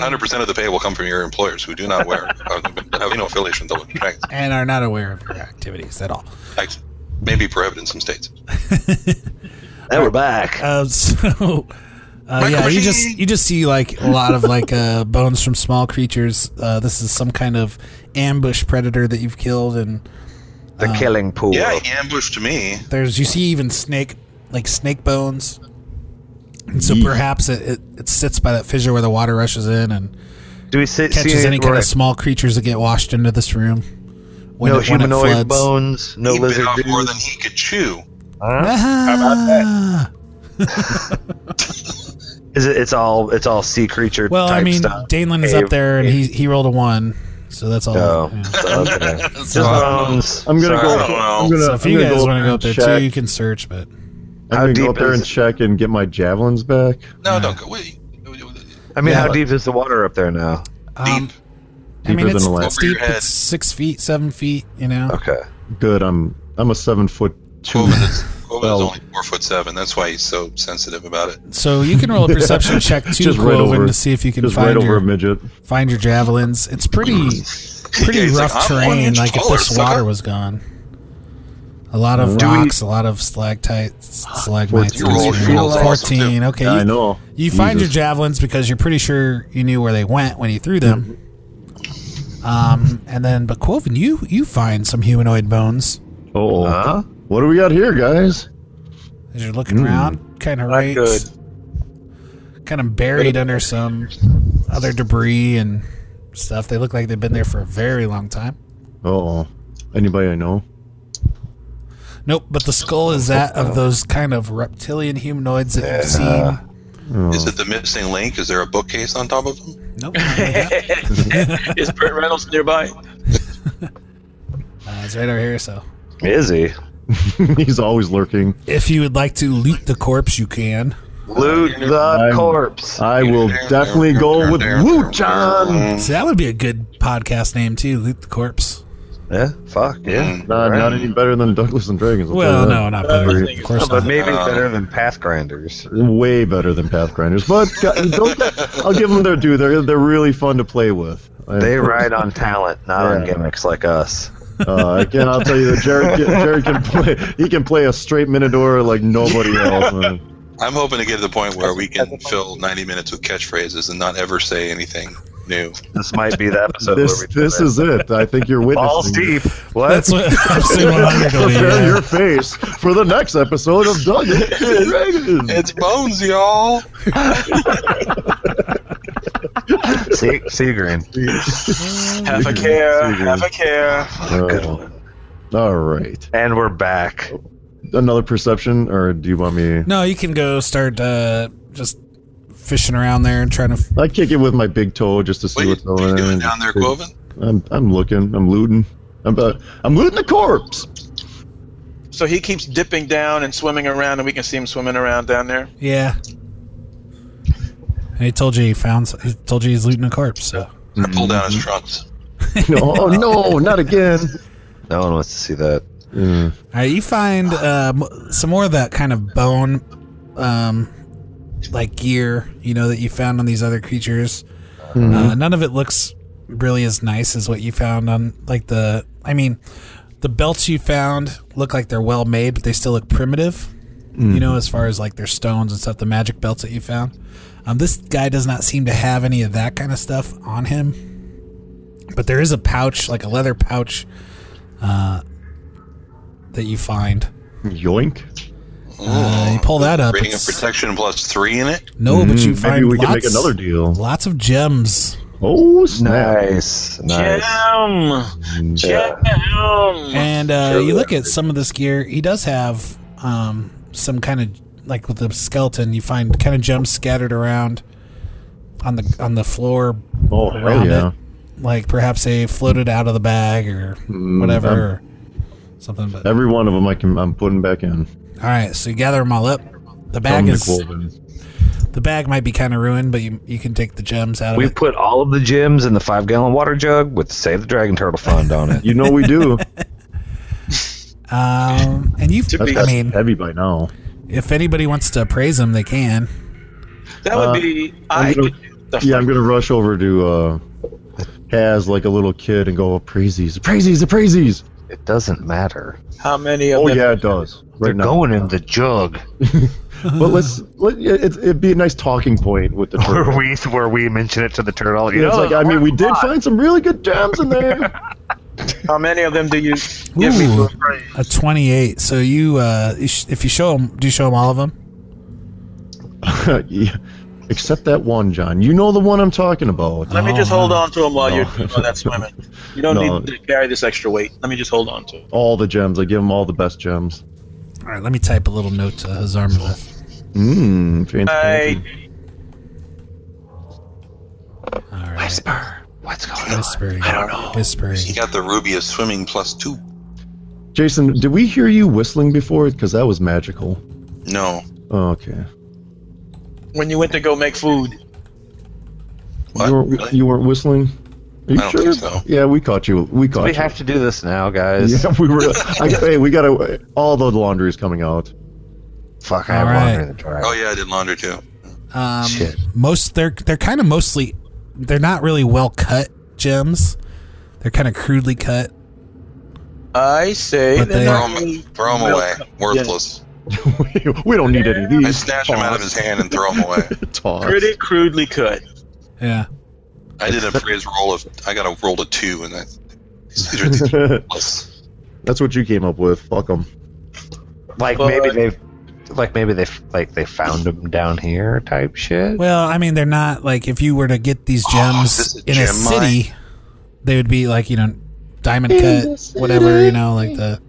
Speaker 4: 100% of the pay will come from your employers who do not wear, (laughs) uh, have no affiliation with the Dragons.
Speaker 6: and are not aware of your activities at all.
Speaker 4: Like, Maybe prohibited in some states.
Speaker 8: And we're back.
Speaker 6: Uh, (laughs) so, uh, yeah, you just you just see like a lot of like uh, (laughs) bones from small creatures. Uh, this is some kind of ambush predator that you've killed, and
Speaker 8: The killing pool.
Speaker 4: Yeah, he ambushed me.
Speaker 6: there's you see even snake like snake bones. And so perhaps it, it, it sits by that fissure where the water rushes in and
Speaker 8: Do we sit, see
Speaker 6: catches any
Speaker 8: it
Speaker 6: kind
Speaker 8: where-
Speaker 6: of small creatures that get washed into this room. When
Speaker 8: no
Speaker 6: it- when it
Speaker 8: humanoid
Speaker 6: floods.
Speaker 8: bones, no
Speaker 4: he bit
Speaker 8: lizard
Speaker 4: off
Speaker 8: dudes?
Speaker 4: more than he could chew.
Speaker 8: Huh?
Speaker 6: Ah.
Speaker 8: Is it? It's all it's all sea creature
Speaker 6: Well,
Speaker 8: type
Speaker 6: I mean,
Speaker 8: stuff.
Speaker 6: Danelin is up
Speaker 8: Cave.
Speaker 6: there, and he he rolled a one, So that's all.
Speaker 8: Oh.
Speaker 6: yeah.
Speaker 8: (laughs) Okay.
Speaker 6: So,
Speaker 8: Bones.
Speaker 1: I'm gonna
Speaker 4: I
Speaker 1: go.
Speaker 8: Sorry.
Speaker 4: don't know.
Speaker 1: I'm gonna,
Speaker 6: so if
Speaker 1: I'm
Speaker 6: you
Speaker 1: gonna
Speaker 6: guys
Speaker 1: go
Speaker 6: want to go
Speaker 1: up
Speaker 6: up there
Speaker 1: and check.
Speaker 6: too, you can search, but
Speaker 8: How
Speaker 5: I'm gonna go
Speaker 8: deep
Speaker 5: up there
Speaker 8: is
Speaker 5: and
Speaker 8: it?
Speaker 5: check and get my javelins back.
Speaker 4: No, don't go. Wait, wait, wait,
Speaker 8: I mean,
Speaker 6: Yeah.
Speaker 8: how deep is the water up there now?
Speaker 6: um,
Speaker 4: Deep.
Speaker 6: I mean
Speaker 5: Deeper
Speaker 6: it's,
Speaker 5: than Uh, a lamp.
Speaker 6: it's
Speaker 4: Over your
Speaker 6: deep.
Speaker 4: head.
Speaker 6: It's six feet, seven feet. You know.
Speaker 8: Okay.
Speaker 5: Good. I'm I'm a seven foot two.
Speaker 4: Coven is, Coven is
Speaker 5: Well-
Speaker 4: only four foot seven. That's why he's so sensitive about it.
Speaker 6: So you
Speaker 5: (laughs)
Speaker 6: can roll a perception check too,
Speaker 5: Just right
Speaker 6: Quoven,
Speaker 5: over-
Speaker 6: to see if you can
Speaker 5: Just
Speaker 6: find
Speaker 5: right over
Speaker 6: your
Speaker 5: a midget.
Speaker 6: find your javelins. It's pretty pretty
Speaker 4: Yeah, he's
Speaker 6: rough
Speaker 4: like, "I'm one
Speaker 6: terrain.
Speaker 4: inch
Speaker 6: Like if
Speaker 4: taller,
Speaker 6: this
Speaker 4: sucker."
Speaker 6: water was gone, a lot of
Speaker 5: Do we-
Speaker 6: rocks, a lot of stalactites, stalagmites.
Speaker 5: You
Speaker 6: in this
Speaker 5: rolled
Speaker 6: area.
Speaker 4: real awesome,
Speaker 6: Fourteen. Okay,
Speaker 5: Yeah, I
Speaker 6: you,
Speaker 5: know.
Speaker 6: you find your
Speaker 5: Jesus.
Speaker 6: javelins because you're pretty sure you knew where they went when you threw them.
Speaker 5: Mm-hmm.
Speaker 6: Um, and then, but Quoven, you you find some humanoid bones
Speaker 5: Oh,
Speaker 8: Huh?
Speaker 5: what do we got here, guys?
Speaker 6: as you're looking around, kind of right,
Speaker 7: good.
Speaker 6: kind of buried under some other debris and stuff. They look like they've been there for a very long time.
Speaker 5: Oh, anybody I know? (laughs)
Speaker 6: Nope, but the skull is that of those kind of reptilian humanoids that you've seen.
Speaker 5: Oh.
Speaker 4: Is it the missing link? Is there a bookcase on top of him?
Speaker 6: Nope. not like that.
Speaker 7: Is Burt Reynolds nearby?
Speaker 6: Uh, it's right over here. So,
Speaker 8: Is he?
Speaker 5: He's always lurking.
Speaker 6: if you would like to loot the corpse, you can.
Speaker 8: Loot the
Speaker 5: I'm-
Speaker 8: corpse.
Speaker 6: Uh,
Speaker 5: I will definitely go with Woo John.
Speaker 6: So that would be a good podcast name too. Loot the corpse.
Speaker 8: yeah. Fuck yeah.
Speaker 5: Nah, not any better than Douglas and Dragons. I'll
Speaker 6: Well,
Speaker 5: tell you
Speaker 6: no,
Speaker 5: that.
Speaker 6: not better.
Speaker 7: think
Speaker 6: Of
Speaker 7: it's-
Speaker 6: course
Speaker 8: But
Speaker 6: not.
Speaker 8: maybe better than Pathgrinders.
Speaker 5: Way better than Pathgrinders,
Speaker 4: (laughs)
Speaker 5: but g- don't. Get, I'll give them their due. They're they're really fun to play with. I-
Speaker 8: They ride on talent, not on
Speaker 5: Yeah.
Speaker 8: gimmicks like us.
Speaker 5: Uh, again, I'll tell you that Jared can, Jared can play. He can play a straight Minidor like nobody else.
Speaker 4: (laughs)
Speaker 5: Man.
Speaker 4: I'm hoping to get to the point where we can fill 90 minutes with catchphrases and not ever say anything new.
Speaker 8: This might be the episode
Speaker 5: This
Speaker 8: where we
Speaker 5: this is it. I think you're witnessing.
Speaker 8: balls (laughs) deep. What?
Speaker 6: That's what episode
Speaker 5: (laughs)
Speaker 6: 100 will be.
Speaker 5: Prepare
Speaker 6: yeah.
Speaker 5: your face for the next episode of Dungeons
Speaker 4: (laughs)
Speaker 5: and Dragons.
Speaker 4: It's Bones, y'all.
Speaker 8: see, see, Green.
Speaker 7: Have a care. Have a care.
Speaker 5: Oh. all right.
Speaker 8: And we're back.
Speaker 5: Another perception, or do you want me?
Speaker 6: No, you can go start uh, just fishing around there and trying to.
Speaker 5: I kick it with my big toe just to see
Speaker 4: What are you,
Speaker 5: what's
Speaker 4: what are
Speaker 5: going
Speaker 4: you doing
Speaker 5: on.
Speaker 4: down there, Quoven?
Speaker 5: I'm I'm looking. I'm looting. I'm uh, I'm looting the corpse. (laughs)
Speaker 7: So he keeps dipping down and swimming around, and we can see him swimming around down there.
Speaker 6: Yeah. And he told you he found. He told you he's looting a corpse. So.
Speaker 4: Or
Speaker 5: Mm-hmm.
Speaker 4: pull down his trunks.
Speaker 5: No, oh no, not again.
Speaker 8: No one wants to see that.
Speaker 5: Yeah.
Speaker 6: All right, you find um, some more of that kind of bone, um, like gear, you know, that you found on these other creatures. Uh, none of it looks really as nice as what you found on, like the. I mean, the belts you found look like they're well made, but they still look primitive. You know, as far as like their stones and stuff, the magic belts that you found. Um, this guy does not seem to have any of that kind of stuff on him, but there is a pouch, like a leather pouch, uh, that you find.
Speaker 5: Yoink.
Speaker 6: Uh, you pull that up.
Speaker 4: Rating of
Speaker 6: it's-
Speaker 4: protection plus three in it.
Speaker 6: no, but you
Speaker 5: Mm,
Speaker 6: find
Speaker 5: Maybe we can
Speaker 6: lots,
Speaker 5: make another deal.
Speaker 6: Lots of gems,
Speaker 5: Oh snap!
Speaker 8: Nice, nice.
Speaker 7: Um, Jam, jam.
Speaker 6: and uh, you look at some of this gear. He does have um, some kind of like with the skeleton. You find kind of gems scattered around on the on the floor,
Speaker 5: Oh hell
Speaker 6: around
Speaker 5: yeah!
Speaker 6: like perhaps they floated out of the bag or
Speaker 5: Mm,
Speaker 6: whatever.
Speaker 5: I'm-
Speaker 6: or something but all
Speaker 5: Every one of them, I can. I'm putting back in.
Speaker 6: right so you gather them all up the bag
Speaker 5: Dominic
Speaker 6: is
Speaker 5: Wolven.
Speaker 6: the bag might be kind of ruined but you you can take the gems out of
Speaker 8: We
Speaker 6: it
Speaker 8: put all of the gems in the five gallon water jug with the Save the Dragon Turtle Fund on it.
Speaker 5: You know we
Speaker 6: (laughs)
Speaker 5: do.
Speaker 6: um and you've
Speaker 7: To be-
Speaker 6: i mean
Speaker 5: Heavy by now.
Speaker 6: if anybody wants to appraise them they can
Speaker 7: That would be.
Speaker 5: Uh,
Speaker 7: I
Speaker 5: I'm gonna-
Speaker 7: could- the
Speaker 5: Yeah, I'm gonna rush over to uh, Has like a little kid and go "Oh, appraise these, appraise these, appraise these.
Speaker 8: It doesn't matter.
Speaker 7: How many of
Speaker 5: Oh
Speaker 7: them?
Speaker 5: yeah, it does. Right
Speaker 8: They're
Speaker 5: now.
Speaker 8: going in the jug.
Speaker 5: (laughs) But let's let it, it'd be a nice talking point with the
Speaker 8: Where
Speaker 5: turtle.
Speaker 8: we where we mention it to the turtle. You
Speaker 5: You know, it's
Speaker 8: know,
Speaker 5: like I mean, we did find some really good gems in there.
Speaker 7: How many of them do you give me
Speaker 6: Ooh,
Speaker 7: for a praise?
Speaker 6: a 28 so you uh you sh- if you show them do you show them all of them
Speaker 5: yeah. Except that one, John. You know the one I'm talking about.
Speaker 7: Let me just
Speaker 6: Oh,
Speaker 7: hold on to him while
Speaker 5: Uh, No.
Speaker 7: you're doing that swimming. You don't
Speaker 5: No.
Speaker 7: need to carry this extra weight. Let me just hold on to it.
Speaker 5: All the gems. I give him all the best gems.
Speaker 6: all right let me type a little note to Hazarmaveth.
Speaker 5: Mmm.
Speaker 7: I
Speaker 6: all right
Speaker 8: What's going on?
Speaker 6: Whispering.
Speaker 4: I don't know.
Speaker 6: Whispering.
Speaker 4: He got the ruby of swimming plus two.
Speaker 5: Jason, did we hear you whistling before? Because that was magical.
Speaker 4: No.
Speaker 5: Oh, okay.
Speaker 7: When you went to go make food,
Speaker 4: What?
Speaker 5: You, weren't,
Speaker 4: Really?
Speaker 5: you weren't whistling. Are you
Speaker 4: I don't
Speaker 5: sure?
Speaker 4: think so.
Speaker 5: Yeah, we caught you. We caught
Speaker 8: We
Speaker 5: you.
Speaker 8: have to do this
Speaker 5: (laughs)
Speaker 8: now, guys.
Speaker 5: yeah, we
Speaker 4: (laughs)
Speaker 5: were. I, hey, we got to. All the laundry is coming out. (laughs)
Speaker 8: Fuck, I
Speaker 6: All
Speaker 8: have
Speaker 6: right.
Speaker 8: laundry in the dryer.
Speaker 4: Oh yeah, I did laundry too.
Speaker 6: Um,
Speaker 8: Shit.
Speaker 6: Most they're they're kind of mostly they're not really well cut gems. They're kind of crudely cut.
Speaker 7: I say
Speaker 6: But they-
Speaker 7: that
Speaker 4: Throw him, throw 'em away. Worthless.
Speaker 5: we don't need any of these.
Speaker 4: I snatch him out of his hand and throw him
Speaker 8: (laughs)
Speaker 4: away.
Speaker 5: Toss.
Speaker 7: pretty crudely cut.
Speaker 6: Yeah.
Speaker 4: I did a praise roll of. I got a roll of two, and I. These are
Speaker 8: (laughs)
Speaker 4: worthless.
Speaker 5: That's what you came up with. Fuck them.
Speaker 8: Like
Speaker 7: But-
Speaker 8: maybe they've, like maybe they have like they found him down here type shit.
Speaker 6: Well, I mean, they're not like if you were to get these
Speaker 4: Oh, this
Speaker 6: gems
Speaker 4: is
Speaker 6: in a
Speaker 4: gem
Speaker 6: city, they would be like you know diamond cut, whatever you know, like the.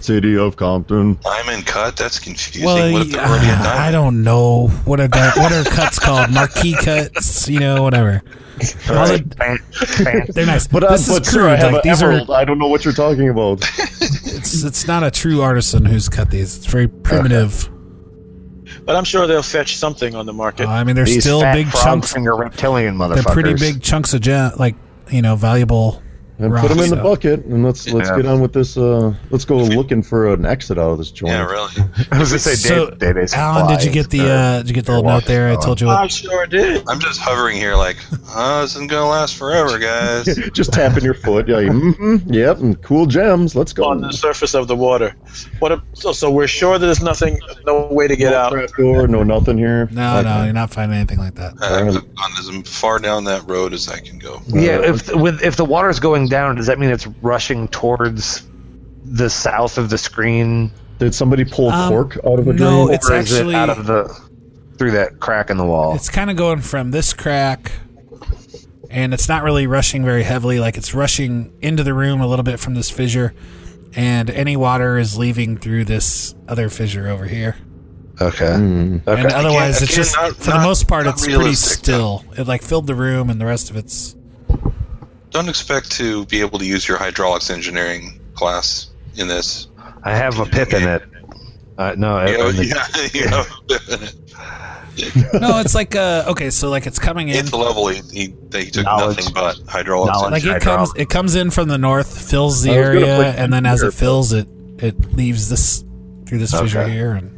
Speaker 5: City of Compton.
Speaker 4: Diamond cut. That's confusing.
Speaker 6: Well,
Speaker 4: what if they're
Speaker 6: uh,
Speaker 4: already a diamond?
Speaker 6: I don't know what are di- what are
Speaker 4: (laughs)
Speaker 6: cuts called? Marquee cuts, you know, whatever. All the-
Speaker 8: Fan- fan-
Speaker 6: (laughs) they're nice,
Speaker 5: But,
Speaker 6: this
Speaker 5: I,
Speaker 6: is
Speaker 5: but sir, I
Speaker 6: crude.
Speaker 5: have
Speaker 6: Like
Speaker 5: an
Speaker 6: these are
Speaker 5: emerald. I don't know what you're talking about.
Speaker 6: it's, it's not a true artisan who's cut these. It's very primitive.
Speaker 7: But I'm sure they'll fetch something on the market.
Speaker 6: Uh, I mean, they're
Speaker 8: These
Speaker 6: still
Speaker 8: fat
Speaker 6: big
Speaker 8: frog
Speaker 6: chunks.
Speaker 8: finger reptilian
Speaker 6: They're
Speaker 8: motherfuckers.
Speaker 6: pretty big chunks of gem, like you know, valuable.
Speaker 5: And
Speaker 6: Right,
Speaker 5: put them in the
Speaker 6: so-
Speaker 5: bucket, and let's let's
Speaker 8: Yeah.
Speaker 5: get on with this. Uh, let's go looking for an exit out of this joint.
Speaker 4: Yeah, really.
Speaker 8: (laughs) I was gonna say,
Speaker 6: So,
Speaker 8: Day- Day-Day's
Speaker 6: Alan, did you
Speaker 8: flies,
Speaker 6: get the
Speaker 8: but-
Speaker 6: uh, did you get the
Speaker 8: they're
Speaker 6: little note there? I
Speaker 8: washing
Speaker 6: told you
Speaker 7: I
Speaker 6: what.
Speaker 7: sure did.
Speaker 4: I'm just hovering here, like oh, this isn't gonna last forever,
Speaker 8: (laughs)
Speaker 4: guys. Uh,
Speaker 5: (laughs) Just tapping your foot. Yeah. you- mhm, yep. And cool gems. Let's go.
Speaker 7: On the surface of the water. What? A, so, so we're sure that there's nothing, no way to get
Speaker 5: no
Speaker 7: out.
Speaker 5: trap door. No nothing here.
Speaker 6: No, no, you're not finding anything like that.
Speaker 4: Uh, I've gone as far down that road as I can go.
Speaker 8: Yeah, if with if the water's going down, does that mean it's rushing towards the south of the screen,
Speaker 5: Did somebody pull
Speaker 6: Um,
Speaker 5: cork out of a
Speaker 6: no,
Speaker 5: drain?
Speaker 6: It's
Speaker 8: or is
Speaker 6: actually-
Speaker 8: it out of the through that crack in the wall?
Speaker 6: It's kind of going from this crack, and it's not really rushing very heavily. Like it's rushing into the room a little bit from this fissure, and any water is leaving through this other fissure over here.
Speaker 8: Okay.
Speaker 4: Hmm.
Speaker 6: And uh, otherwise,
Speaker 4: Again-
Speaker 6: it's
Speaker 4: again,
Speaker 6: just
Speaker 4: not-
Speaker 6: for
Speaker 4: not-
Speaker 6: the most part,
Speaker 4: not
Speaker 6: it's pretty
Speaker 4: realistic, though.
Speaker 6: still. It like filled the room, and the rest of it's
Speaker 4: Don't expect to be able to use your hydraulics engineering class in this.
Speaker 8: I have a pip in it. Uh, no,
Speaker 4: You know,
Speaker 8: in the-
Speaker 4: yeah, (laughs) you know,
Speaker 6: no. It's like uh okay, so like it's coming in.
Speaker 4: eighth level, he, he they took
Speaker 8: Knowledge.
Speaker 4: nothing but hydraulics.
Speaker 8: Knowledge.
Speaker 6: like it
Speaker 8: Hydraulic.
Speaker 6: comes it comes in from the north fills the
Speaker 5: I was gonna
Speaker 6: area
Speaker 5: play
Speaker 6: and then as it
Speaker 5: computer.
Speaker 6: fills it it leaves this through this fissure
Speaker 8: Okay.
Speaker 6: here and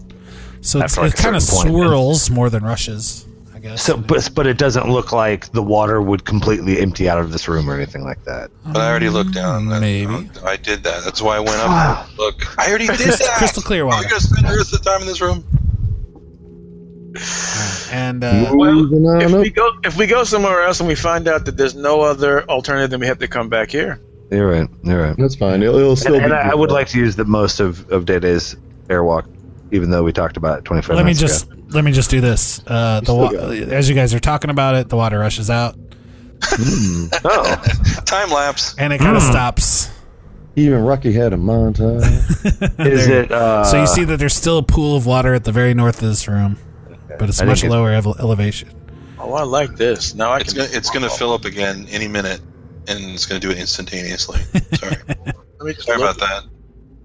Speaker 6: so it's,
Speaker 8: After, like,
Speaker 6: it kind
Speaker 8: a
Speaker 6: of
Speaker 8: certain point.
Speaker 6: swirls more than rushes i guess
Speaker 8: so, but but it doesn't look like the water would completely empty out of this room or anything like that.
Speaker 4: But I already looked down. That-
Speaker 6: Maybe.
Speaker 4: I did that. That's why I went up. Look, I already did
Speaker 6: Crystal-
Speaker 4: that.
Speaker 6: crystal clear
Speaker 4: Are
Speaker 6: water.
Speaker 4: we gonna spend the rest of the time in this room?
Speaker 6: and uh,
Speaker 7: Well,
Speaker 5: Moving on
Speaker 7: if
Speaker 5: up.
Speaker 7: we go, if we go somewhere else and we find out that there's no other alternative, then we have to come back here.
Speaker 8: You're right. You're right.
Speaker 5: That's fine. It'll, it'll still
Speaker 8: And,
Speaker 5: be.
Speaker 8: and I, I would like to use the most of of Day-Day's airwalk, even though we talked about it 24
Speaker 6: let me
Speaker 8: minutes
Speaker 6: just
Speaker 8: ago.
Speaker 6: (laughs) let me just do this uh the wa-
Speaker 5: got
Speaker 6: as you guys are talking about it the water rushes out
Speaker 8: Oh,
Speaker 4: Time lapse.
Speaker 6: and it kind of stops
Speaker 5: Even Rocky had a montage.
Speaker 8: is it? Uh,
Speaker 6: so you see that there's still a pool of water at the very north of this room but it's
Speaker 8: I
Speaker 6: much
Speaker 8: think it-
Speaker 6: lower ele- elevation
Speaker 7: Oh, I like this. Now I
Speaker 4: It's
Speaker 7: can.
Speaker 4: gonna it's gonna fill up again any minute, and it's gonna do it instantaneously. (laughs) Sorry,
Speaker 7: Let me just
Speaker 4: sorry
Speaker 7: look.
Speaker 4: about that.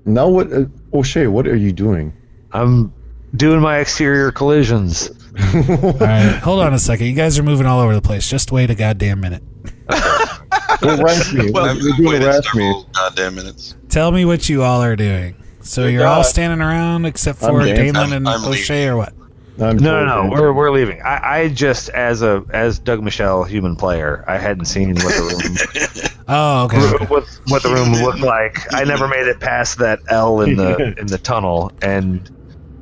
Speaker 5: now what? Uh, O'Shea, what are you
Speaker 8: (laughs)
Speaker 5: doing?
Speaker 8: I'm doing my exterior collisions.
Speaker 6: all right hold on a second you guys are moving all over the place just wait a goddamn minute
Speaker 5: Harass me.
Speaker 4: I've
Speaker 5: You're doing
Speaker 4: waited
Speaker 5: harass me.
Speaker 4: several goddamn minutes.
Speaker 6: Tell me what you all are doing. So you're all standing around except for
Speaker 5: I'm dancing.
Speaker 6: Damon and
Speaker 4: I'm- I'm
Speaker 6: O'Shea or what?
Speaker 5: I'm
Speaker 8: No, no, no.
Speaker 5: joking.
Speaker 8: We're, we're leaving. I, I just as a as Doug Michelle human player, I hadn't seen what the
Speaker 6: Oh, okay.
Speaker 8: room
Speaker 4: (laughs)
Speaker 8: (laughs) what, what the room looked like. I never made it past that L in
Speaker 6: (laughs)
Speaker 8: the in the tunnel, and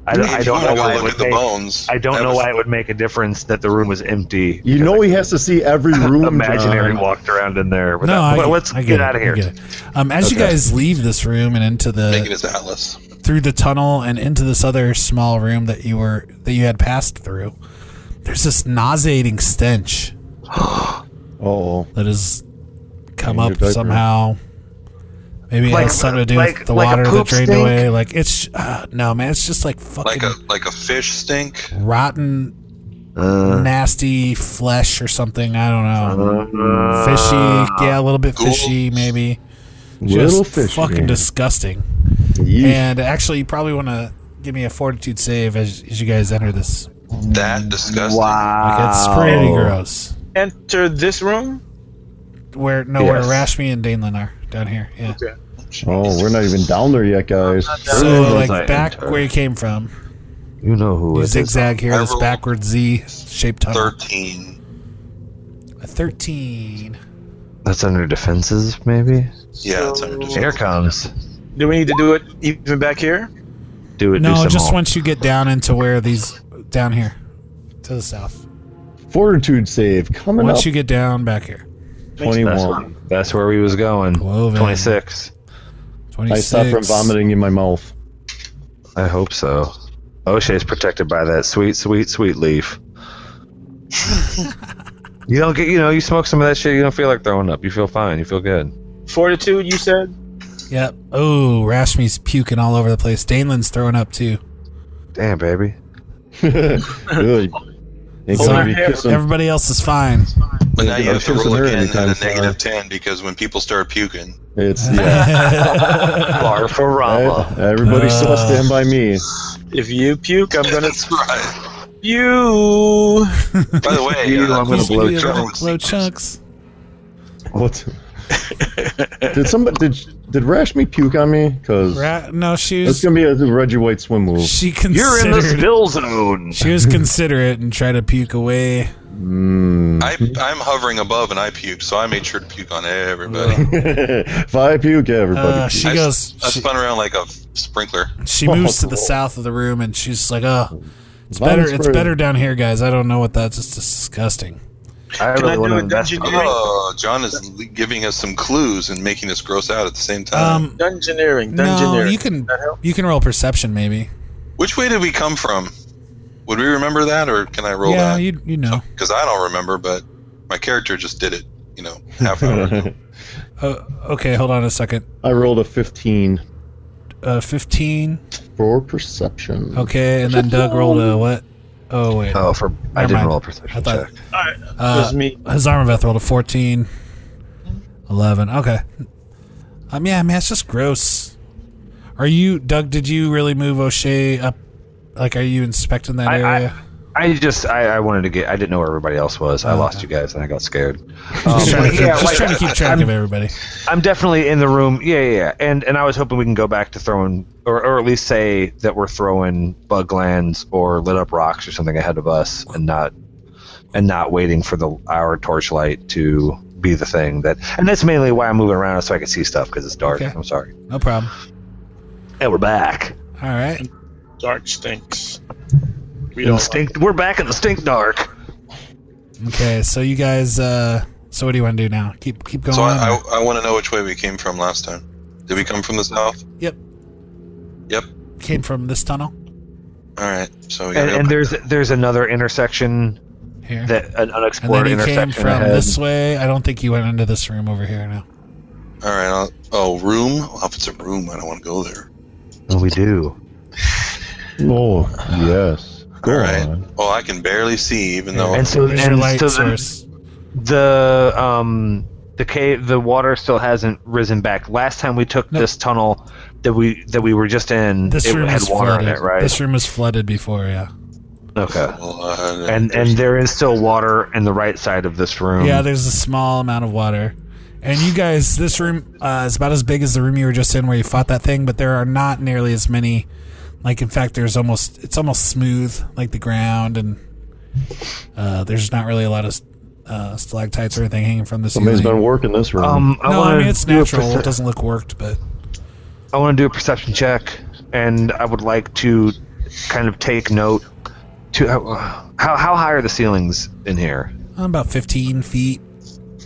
Speaker 8: I, don't-
Speaker 4: Hey,
Speaker 8: I
Speaker 4: if you
Speaker 8: don't know
Speaker 4: wanna go
Speaker 8: why it
Speaker 4: look
Speaker 8: would
Speaker 4: at the
Speaker 8: make,
Speaker 4: bones.
Speaker 8: I don't
Speaker 4: that
Speaker 8: know
Speaker 4: was-
Speaker 8: why it would make a difference that the room was empty.
Speaker 5: You know he has to see
Speaker 8: (laughs)
Speaker 5: every room.
Speaker 8: Imaginary
Speaker 5: John.
Speaker 8: walked around in there.
Speaker 6: No,
Speaker 8: without-
Speaker 6: I,
Speaker 8: but let's
Speaker 6: I
Speaker 8: get
Speaker 6: it,
Speaker 8: out of
Speaker 6: I
Speaker 8: here.
Speaker 6: get it. Um, as you
Speaker 8: Okay.
Speaker 6: guys leave this room and into
Speaker 4: Make it
Speaker 6: the
Speaker 4: as Atlas.
Speaker 6: through the tunnel and into this other small room that you were that you had passed through, there's this nauseating stench
Speaker 5: Oh,
Speaker 6: that has come
Speaker 5: In your
Speaker 6: up
Speaker 5: diaper.
Speaker 6: somehow. Maybe it
Speaker 8: Like-
Speaker 6: has something to do
Speaker 8: like-
Speaker 6: with the
Speaker 8: like a
Speaker 6: water that
Speaker 8: poop
Speaker 6: drained
Speaker 8: stink?
Speaker 6: away. Like it's uh, no man, it's just like fucking
Speaker 4: Like a like a fish stink.
Speaker 6: rotten nasty flesh or something. I don't know.
Speaker 8: Uh,
Speaker 6: fishy, yeah, a little bit fishy, maybe.
Speaker 5: Little
Speaker 6: Just
Speaker 5: fishy.
Speaker 6: fucking disgusting.
Speaker 5: Yeesh.
Speaker 6: And actually, you probably want to give me a fortitude save as, as you guys enter this.
Speaker 4: That disgusting.
Speaker 8: wow.
Speaker 6: Like, it's pretty gross.
Speaker 7: Enter this room.
Speaker 6: Where no, where
Speaker 5: Yes.
Speaker 6: Rashmi and Danelin are down here. Yeah.
Speaker 5: Oh, we're not even down there yet, guys.
Speaker 6: So
Speaker 5: Everyone's
Speaker 6: like
Speaker 5: like-
Speaker 6: back where you came from,
Speaker 8: You know who
Speaker 6: you
Speaker 8: it is.
Speaker 6: zigzag here,
Speaker 4: I
Speaker 6: this
Speaker 4: rolled
Speaker 6: backward Z shaped tunnel.
Speaker 4: Thirteen.
Speaker 6: A Thirteen.
Speaker 8: That's under defenses, maybe?
Speaker 4: Yeah, it's under
Speaker 8: Here
Speaker 4: defense.
Speaker 8: comes.
Speaker 7: Do we need to do it even back here?
Speaker 8: Do it, do
Speaker 6: No,
Speaker 8: some
Speaker 6: just
Speaker 8: more.
Speaker 6: once you get down into where these down here to the south.
Speaker 5: Fortitude save coming
Speaker 6: Once
Speaker 5: up.
Speaker 6: you get down back here,
Speaker 8: That's,
Speaker 5: 21.
Speaker 8: that's where we was going.
Speaker 6: Woven.
Speaker 8: 26.
Speaker 5: I
Speaker 6: 26.
Speaker 5: stopped from vomiting in my mouth.
Speaker 8: I hope so. O'Shea's protected by that sweet, sweet,
Speaker 6: (laughs)
Speaker 8: sweet leaf. you don't get, you know, you smoke some of that shit, you don't feel like throwing up. You feel fine. You feel good.
Speaker 7: Fortitude, you said.
Speaker 6: Yep. Oh, Rashmi's puking all over the place. Danelin's throwing up too.
Speaker 8: Damn, baby.
Speaker 5: Good. Ain't
Speaker 6: Hold
Speaker 5: gonna
Speaker 6: on.
Speaker 5: be kissing.
Speaker 6: Everybody else is fine.
Speaker 4: But now you
Speaker 5: I'm
Speaker 4: have to
Speaker 5: kissing
Speaker 4: roll
Speaker 5: her
Speaker 4: again
Speaker 5: anytime,
Speaker 4: at a negative
Speaker 5: Sarah.
Speaker 4: ten because when people start puking,
Speaker 5: It's
Speaker 4: (laughs)
Speaker 5: yeah. e-
Speaker 8: Barfarama.
Speaker 5: Everybody still
Speaker 6: Uh,
Speaker 5: stand by me.
Speaker 7: If you puke, I'm (laughs) gonna
Speaker 4: that's right.
Speaker 7: you.
Speaker 4: By the way,
Speaker 8: (laughs) You,
Speaker 4: uh,
Speaker 8: I'm gonna blow
Speaker 6: Yeah,
Speaker 8: trouble.
Speaker 6: blow chunks.
Speaker 5: What?
Speaker 4: (laughs)
Speaker 5: did somebody did did Rashmi puke on me? Cause
Speaker 6: Ra- no, she
Speaker 5: it's
Speaker 6: was.
Speaker 5: gonna be a Reggie White swim move.
Speaker 6: She
Speaker 8: You're in the
Speaker 6: considered.
Speaker 8: spill zone.
Speaker 6: She was considerate and tried to puke away.
Speaker 4: I, I'm hovering above and I puked, so I made sure to puke on everybody.
Speaker 5: (laughs) if I puke, everybody.
Speaker 6: Uh,
Speaker 5: pukes.
Speaker 6: she
Speaker 4: I,
Speaker 6: goes.
Speaker 4: I
Speaker 6: She,
Speaker 4: spun around like a sprinkler.
Speaker 6: she moves to the south of the room and she's like, "Oh, it's
Speaker 5: Vomit
Speaker 6: better. It's
Speaker 5: spread.
Speaker 6: better down here, guys. I don't know what that's. It's disgusting."
Speaker 8: I
Speaker 7: Can I
Speaker 8: really want to
Speaker 7: do a
Speaker 8: invest.
Speaker 7: dungeoneering?
Speaker 4: Oh, John is le- giving us some clues and making us gross out at the same time.
Speaker 6: Um,
Speaker 7: Dungeoneering.
Speaker 6: no,
Speaker 7: Dungeoneering.
Speaker 6: you can
Speaker 7: That help?
Speaker 6: you can roll perception maybe.
Speaker 4: Which way did we come from? Would we remember that, or can I roll
Speaker 6: yeah,
Speaker 4: that?
Speaker 6: you you know.
Speaker 4: Because I don't remember, but my character just did it. You know, half hour.
Speaker 6: (laughs)
Speaker 4: ago.
Speaker 6: Uh, okay, hold on a second.
Speaker 5: I rolled a 15
Speaker 6: Uh, fifteen.
Speaker 5: for perception.
Speaker 6: Okay, and then Doug rolled a what? Oh wait,
Speaker 8: Oh, for I
Speaker 6: Never
Speaker 8: didn't
Speaker 6: mind.
Speaker 8: roll a
Speaker 6: I
Speaker 8: perception
Speaker 6: thought
Speaker 8: check.
Speaker 7: All right.
Speaker 6: uh,
Speaker 7: was me.
Speaker 6: Hazarmaveth rolled a 14, 11. Okay. Um, yeah, man, it's just gross. Are you Doug? Did you really move O'Shea up? Like, are you inspecting that
Speaker 8: I- I-
Speaker 6: area?
Speaker 8: I just I, I wanted to get I didn't know where everybody else was. I lost you guys and I got scared. Um,
Speaker 6: Uh, (laughs) just trying to
Speaker 8: but
Speaker 6: keep,
Speaker 8: yeah,
Speaker 6: just
Speaker 8: like,
Speaker 6: trying to keep track
Speaker 8: I'm-
Speaker 6: of everybody.
Speaker 8: I'm definitely in the room. Yeah, yeah, yeah. And and I was hoping we can go back to throwing, or, or at least say that we're throwing bug lands or lit up rocks or something ahead of us, and not and not waiting for the our torchlight to be the thing that. And that's mainly why I'm moving around so I can see stuff because it's dark.
Speaker 6: Okay.
Speaker 8: I'm sorry.
Speaker 6: No problem.
Speaker 8: And we're back.
Speaker 6: All right.
Speaker 7: Dark stinks. We
Speaker 8: In the
Speaker 7: don't.
Speaker 8: stink. We're back in the stink dark.
Speaker 6: Okay. So you guys. uh So what do you want to do now? Keep keep going.
Speaker 4: so
Speaker 6: on,
Speaker 4: I,
Speaker 6: or-
Speaker 4: I, I want to know which way we came from last time. Did we come from the south?
Speaker 6: yep.
Speaker 4: Yep.
Speaker 6: Came from this tunnel
Speaker 4: All right. So we got
Speaker 8: And, and there's there's another intersection
Speaker 6: here,
Speaker 8: that an
Speaker 6: and then
Speaker 8: unexplored
Speaker 6: you came
Speaker 8: intersection
Speaker 6: from
Speaker 8: ahead.
Speaker 6: this way. I don't think you went into this room over here. Now.
Speaker 4: All right. I'll, oh, room. Oh, if it's a room, I don't want to go there.
Speaker 8: And we do.
Speaker 5: Oh, yes. Go
Speaker 4: All right.
Speaker 5: on.
Speaker 4: Well, I can barely see, even though.
Speaker 8: And so
Speaker 6: Where's your
Speaker 8: and
Speaker 6: light
Speaker 8: so the-
Speaker 6: source?
Speaker 8: the um the cave the water still hasn't risen back last time we took
Speaker 6: Nope.
Speaker 8: this tunnel that we that we were just in
Speaker 6: This
Speaker 8: it
Speaker 6: room
Speaker 8: had
Speaker 6: is
Speaker 8: water
Speaker 6: flooded.
Speaker 8: in it right
Speaker 6: This room was flooded before, yeah.
Speaker 8: okay
Speaker 4: Well, uh,
Speaker 8: and and there is still water in the right side of this room
Speaker 6: Yeah, there's a small amount of water. And you guys, this room uh, is about as big as the room you were just in where you fought that thing, but there are not nearly as many. Like, in fact, there's almost, it's almost smooth, like the ground, and uh, there's not really a lot of uh, stalactites or anything hanging from the
Speaker 5: Somebody's
Speaker 6: ceiling.
Speaker 5: been working this room.
Speaker 8: um I
Speaker 6: no, I
Speaker 8: wanna
Speaker 6: mean, it's
Speaker 8: do a
Speaker 6: natural.
Speaker 8: perce-
Speaker 6: It doesn't look worked, but.
Speaker 8: I want to do a perception check and I would like to kind of take note to how how high are the ceilings in here
Speaker 6: I'm about 15 feet.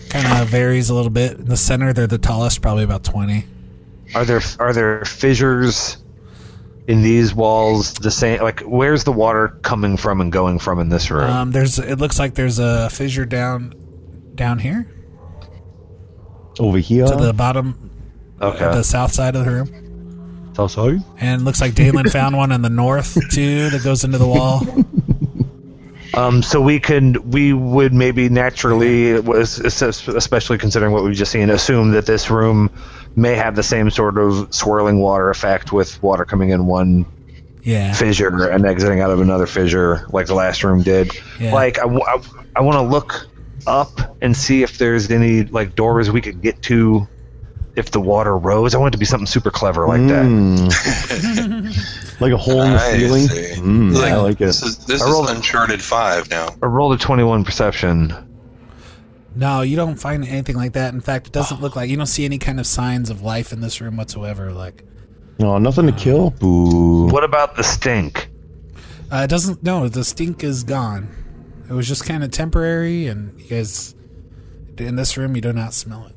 Speaker 6: Kind of varies a little bit. In the center, they're the tallest, probably about 20.
Speaker 8: Are there are there fissures in these walls? The same like where's the water coming from and going from in this room?
Speaker 6: Um, there's. It looks like there's a fissure down, down here
Speaker 5: Over here.
Speaker 6: to the bottom, of
Speaker 8: okay,
Speaker 6: the south side of the room,
Speaker 5: Oh,
Speaker 8: so sorry.
Speaker 6: and it looks like Dalen found one in the north too that goes into the wall.
Speaker 8: Um, so we can we would maybe naturally was especially considering what we've just seen assume that this room may have the same sort of swirling water effect with water coming in one
Speaker 6: Yeah.
Speaker 8: fissure and exiting out of another fissure like the last room did.
Speaker 6: Yeah.
Speaker 8: Like I, want to look up and see if there's any like doors we could get to if the water rose. I want it to be something super clever like
Speaker 5: Mm. (laughs)
Speaker 8: that.
Speaker 5: Like a hole in the
Speaker 4: I
Speaker 5: ceiling.
Speaker 4: see.
Speaker 5: Mm,
Speaker 4: Like,
Speaker 5: I like it.
Speaker 4: This is this
Speaker 8: I
Speaker 4: is
Speaker 8: rolled-
Speaker 4: Uncharted Five now.
Speaker 8: I rolled a 21 perception.
Speaker 6: No, you don't find anything like that. In fact, it doesn't look like you don't see any kind of signs of life in this room whatsoever. Like
Speaker 5: No, nothing to kill. Boo.
Speaker 8: What about the stink?
Speaker 6: uh, it doesn't. No, the stink is gone. It was just kind of temporary, and you guys in this room you do not smell it.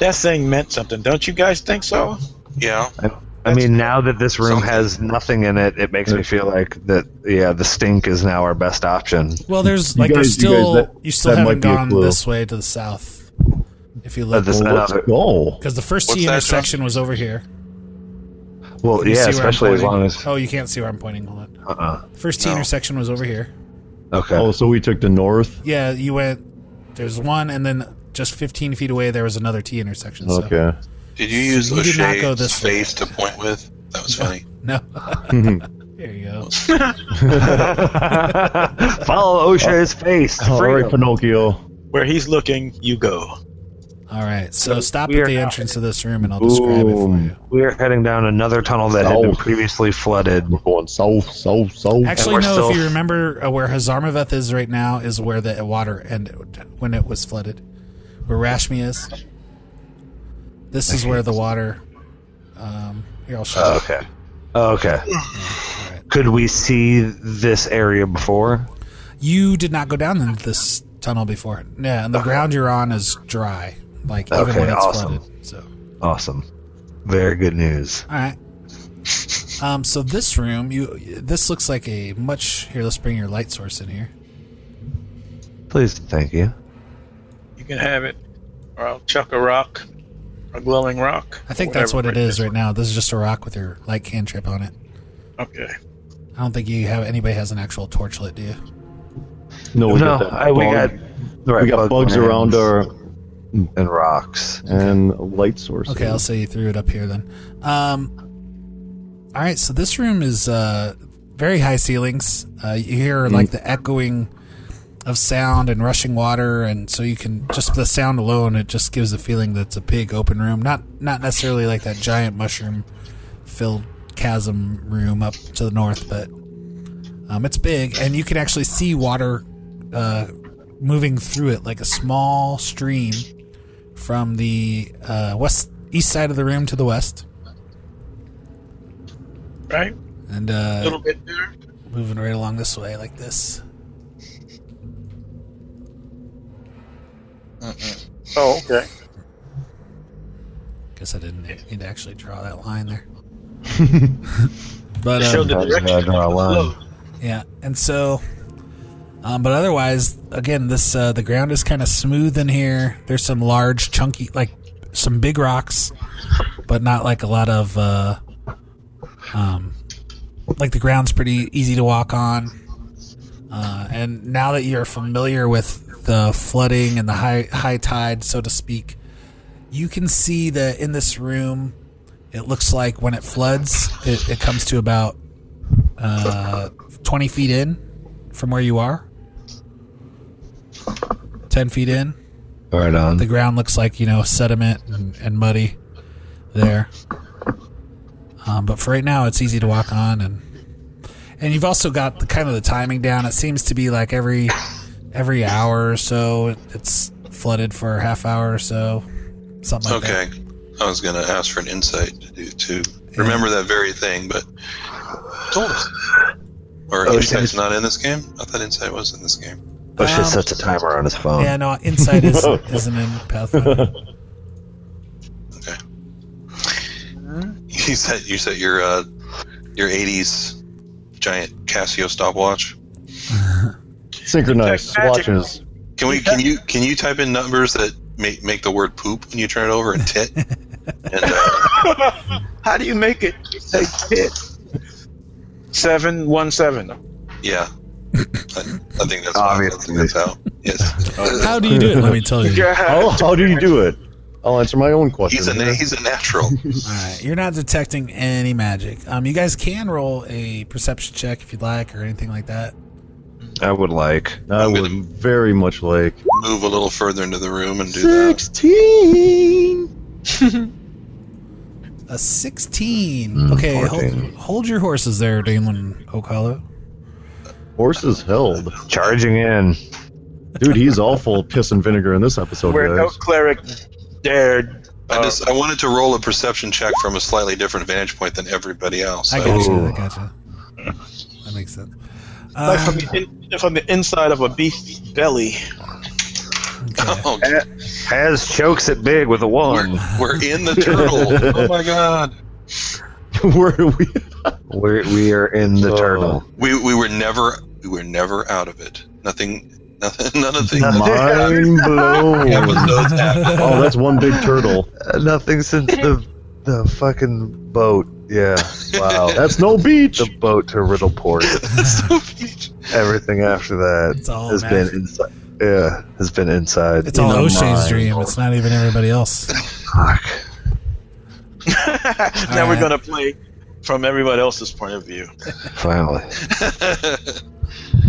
Speaker 7: That thing meant something, don't you guys think so?
Speaker 4: Yeah.
Speaker 8: I, I mean, now that this room has nothing in it, it makes me feel like that. Yeah, the stink is now our best option.
Speaker 6: Well, there's
Speaker 5: You
Speaker 6: like there's
Speaker 5: guys- you guys,
Speaker 6: still you,
Speaker 5: that-
Speaker 6: still
Speaker 5: that
Speaker 6: haven't
Speaker 5: might be a
Speaker 6: gone
Speaker 5: clue.
Speaker 6: this way to the south. If you
Speaker 8: Uh,
Speaker 6: look,
Speaker 8: this
Speaker 5: Well, let's
Speaker 8: another-
Speaker 5: go.
Speaker 6: because the first
Speaker 4: What's
Speaker 6: T
Speaker 4: that,
Speaker 6: intersection was over here.
Speaker 8: well,
Speaker 6: You see
Speaker 8: yeah,
Speaker 6: where I'm
Speaker 8: especially as
Speaker 6: pointing?
Speaker 8: long as.
Speaker 6: oh, you can't see where I'm pointing. Hold on.
Speaker 8: Uh-uh.
Speaker 6: The first T
Speaker 4: No.
Speaker 6: intersection was over here.
Speaker 8: Okay.
Speaker 5: Oh, so we took the north.
Speaker 6: Yeah, you went. There's one, and then just 15 feet away there was another T intersection. So.
Speaker 5: Okay.
Speaker 4: Did you use
Speaker 6: You did not
Speaker 4: O'Shea's
Speaker 6: go this way.
Speaker 4: face to point with? That was funny.
Speaker 5: (laughs)
Speaker 6: No. (laughs) there you go.
Speaker 8: Follow O'Shea's face.
Speaker 5: All right,
Speaker 8: Freedom.
Speaker 5: Pinocchio.
Speaker 7: Where he's looking, you go.
Speaker 6: All right. So stop
Speaker 8: we
Speaker 6: at
Speaker 8: are
Speaker 6: the
Speaker 8: now-
Speaker 6: entrance of this room, and I'll describe it for
Speaker 5: Boom.
Speaker 6: you.
Speaker 8: We are heading down another tunnel that had been
Speaker 5: South.
Speaker 8: previously flooded.
Speaker 5: We're going south, south, south.
Speaker 6: Actually,
Speaker 8: we're
Speaker 6: no.
Speaker 8: still-
Speaker 6: If you remember uh, where Hazarmaveth is right now, is where the water ended when it was flooded. Where Rashmi is. This is where the water. Um, here I'll show
Speaker 5: Oh,
Speaker 6: you.
Speaker 8: Okay. Okay. Could we see this area before?
Speaker 6: You did not go down into this tunnel before. Yeah, and the ground you're on is dry, like even
Speaker 8: Okay,
Speaker 6: when it's
Speaker 8: awesome.
Speaker 6: flooded. So,
Speaker 8: Awesome. Very good news.
Speaker 6: all right. Um, so this room, you this looks like a much. Here, let's bring your light source in here.
Speaker 8: Please, and thank you.
Speaker 7: You can have it, or I'll chuck a rock, a glowing rock.
Speaker 6: I think that's what
Speaker 7: whatever
Speaker 6: it is right now. This is just a rock with your light cantrip on it.
Speaker 7: Okay.
Speaker 6: I don't think you have anybody has an actual torch lit, do you?
Speaker 5: no, we got,
Speaker 8: no,
Speaker 5: that
Speaker 8: I, we
Speaker 5: bug-
Speaker 8: got right,
Speaker 5: we got
Speaker 8: bug
Speaker 5: bugs around
Speaker 8: lands
Speaker 5: our
Speaker 8: and rocks.
Speaker 5: and light sources.
Speaker 6: Okay, I'll say you threw it up here then. Um, all right, so this room is uh, very high ceilings. Uh, you hear like the echoing of sound and rushing water, and so you can just the sound alone, it just gives the feeling that it's a big open room. Not not necessarily like that giant mushroom filled chasm room up to the north, but um, it's big, and you can actually see water uh, moving through it like a small stream from the uh, west east side of the room to the west,
Speaker 7: Right?
Speaker 6: and
Speaker 7: A
Speaker 6: uh,
Speaker 7: little bit there.
Speaker 6: moving right along this way like this.
Speaker 7: Oh, okay.
Speaker 6: Guess I didn't need to actually draw that line
Speaker 7: (laughs)
Speaker 6: there. but
Speaker 7: Show
Speaker 6: um,
Speaker 8: That's
Speaker 7: the
Speaker 8: where I
Speaker 7: direction.
Speaker 8: draw a
Speaker 7: of the
Speaker 8: line.
Speaker 7: flow.
Speaker 6: yeah, and so, um, but otherwise, again, this uh, the ground is kind of smooth in here. There's some large, chunky, like some big rocks, but not like a lot of, uh, um, like the ground's pretty easy to walk on. Uh, and now that you're familiar with the flooding and the high high tide, so to speak, you can see that in this room, it looks like when it floods, it, it comes to about uh, 20 feet in from where you are. 10 feet in.
Speaker 8: Right
Speaker 6: The
Speaker 8: on.
Speaker 6: ground looks like, you know, sediment and, and muddy there. Um, but for right now, it's easy to walk on. And and you've also got the kind of the timing down. It seems to be like every every hour or so, it- it's flooded for a half hour or so. Something like that.
Speaker 4: Okay. I was gonna ask for an insight to do to remember that very thing, but or
Speaker 8: Oh,
Speaker 4: insight's
Speaker 8: shit.
Speaker 4: not in this game. I thought insight was in this game.
Speaker 8: Bush
Speaker 6: Um,
Speaker 8: just sets a timer on his phone.
Speaker 6: Yeah, no, insight is, isn't in Pathfinder.
Speaker 4: Okay. (laughs) You set you set your uh, your '80s giant Casio stopwatch.
Speaker 5: Synchronized
Speaker 7: Magic.
Speaker 5: watches.
Speaker 4: Can we? Can you? Can you type in numbers that make make the word poop when you turn it over and tit? and uh,
Speaker 7: How do you make it? Say pit. Seven one seven.
Speaker 4: yeah, I, I think that's why. I think that's how. Yes.
Speaker 6: How do you do it? Let me tell you.
Speaker 5: How, how do you do it? I'll answer my own question.
Speaker 4: He's a na- he's a natural.
Speaker 6: All right, you're not detecting any magic. Um, you guys can roll a perception check if you'd like, or anything like that.
Speaker 8: I would like.
Speaker 5: I
Speaker 4: I'm
Speaker 5: would
Speaker 4: gonna-
Speaker 5: very much like
Speaker 4: Move a little further into the room and do that.
Speaker 5: sixteen.
Speaker 6: A 16. Okay, hold,
Speaker 8: 14.
Speaker 6: hold your horses there, Dalen Okalo.
Speaker 5: Horses held,
Speaker 8: Charging in.
Speaker 5: dude. He's all full of piss and vinegar in this episode,
Speaker 7: Where no
Speaker 5: guys.
Speaker 7: cleric dared.
Speaker 4: I
Speaker 7: Uh,
Speaker 4: just I wanted to roll a perception check from a slightly different vantage point than everybody else.
Speaker 6: I
Speaker 4: So-
Speaker 6: gotcha. I gotcha. That makes sense. Uh,
Speaker 7: like from, the in, from the inside of a beef belly. (laughs)
Speaker 6: okay.
Speaker 4: Oh,
Speaker 8: Has chokes it big with a
Speaker 4: we're,
Speaker 8: one.
Speaker 4: Oh, we're in the turtle. Oh my god.
Speaker 5: (laughs) Where are we?
Speaker 8: We're, we are in the
Speaker 5: Oh.
Speaker 8: turtle.
Speaker 4: We we were never we were never out of it. Nothing nothing (laughs) none of the
Speaker 5: Mind blown.
Speaker 4: episodes
Speaker 6: (laughs)
Speaker 4: (laughs)
Speaker 7: (laughs)
Speaker 4: happened.
Speaker 5: Oh, that's one big turtle.
Speaker 8: Uh, nothing since the the fucking boat.
Speaker 5: (laughs)
Speaker 8: Yeah. Wow.
Speaker 5: That's no beach.
Speaker 8: the boat to
Speaker 5: (laughs)
Speaker 8: Riddleport. Everything after that
Speaker 6: It's all
Speaker 8: has
Speaker 6: magic.
Speaker 8: been inside. Yeah, has been inside.
Speaker 6: It's all
Speaker 8: the
Speaker 6: O'Shea's
Speaker 8: mind.
Speaker 6: dream. It's not even everybody else.
Speaker 8: Fuck.
Speaker 7: now
Speaker 6: Alright.
Speaker 7: we're gonna play from everybody else's point of view.
Speaker 8: Finally.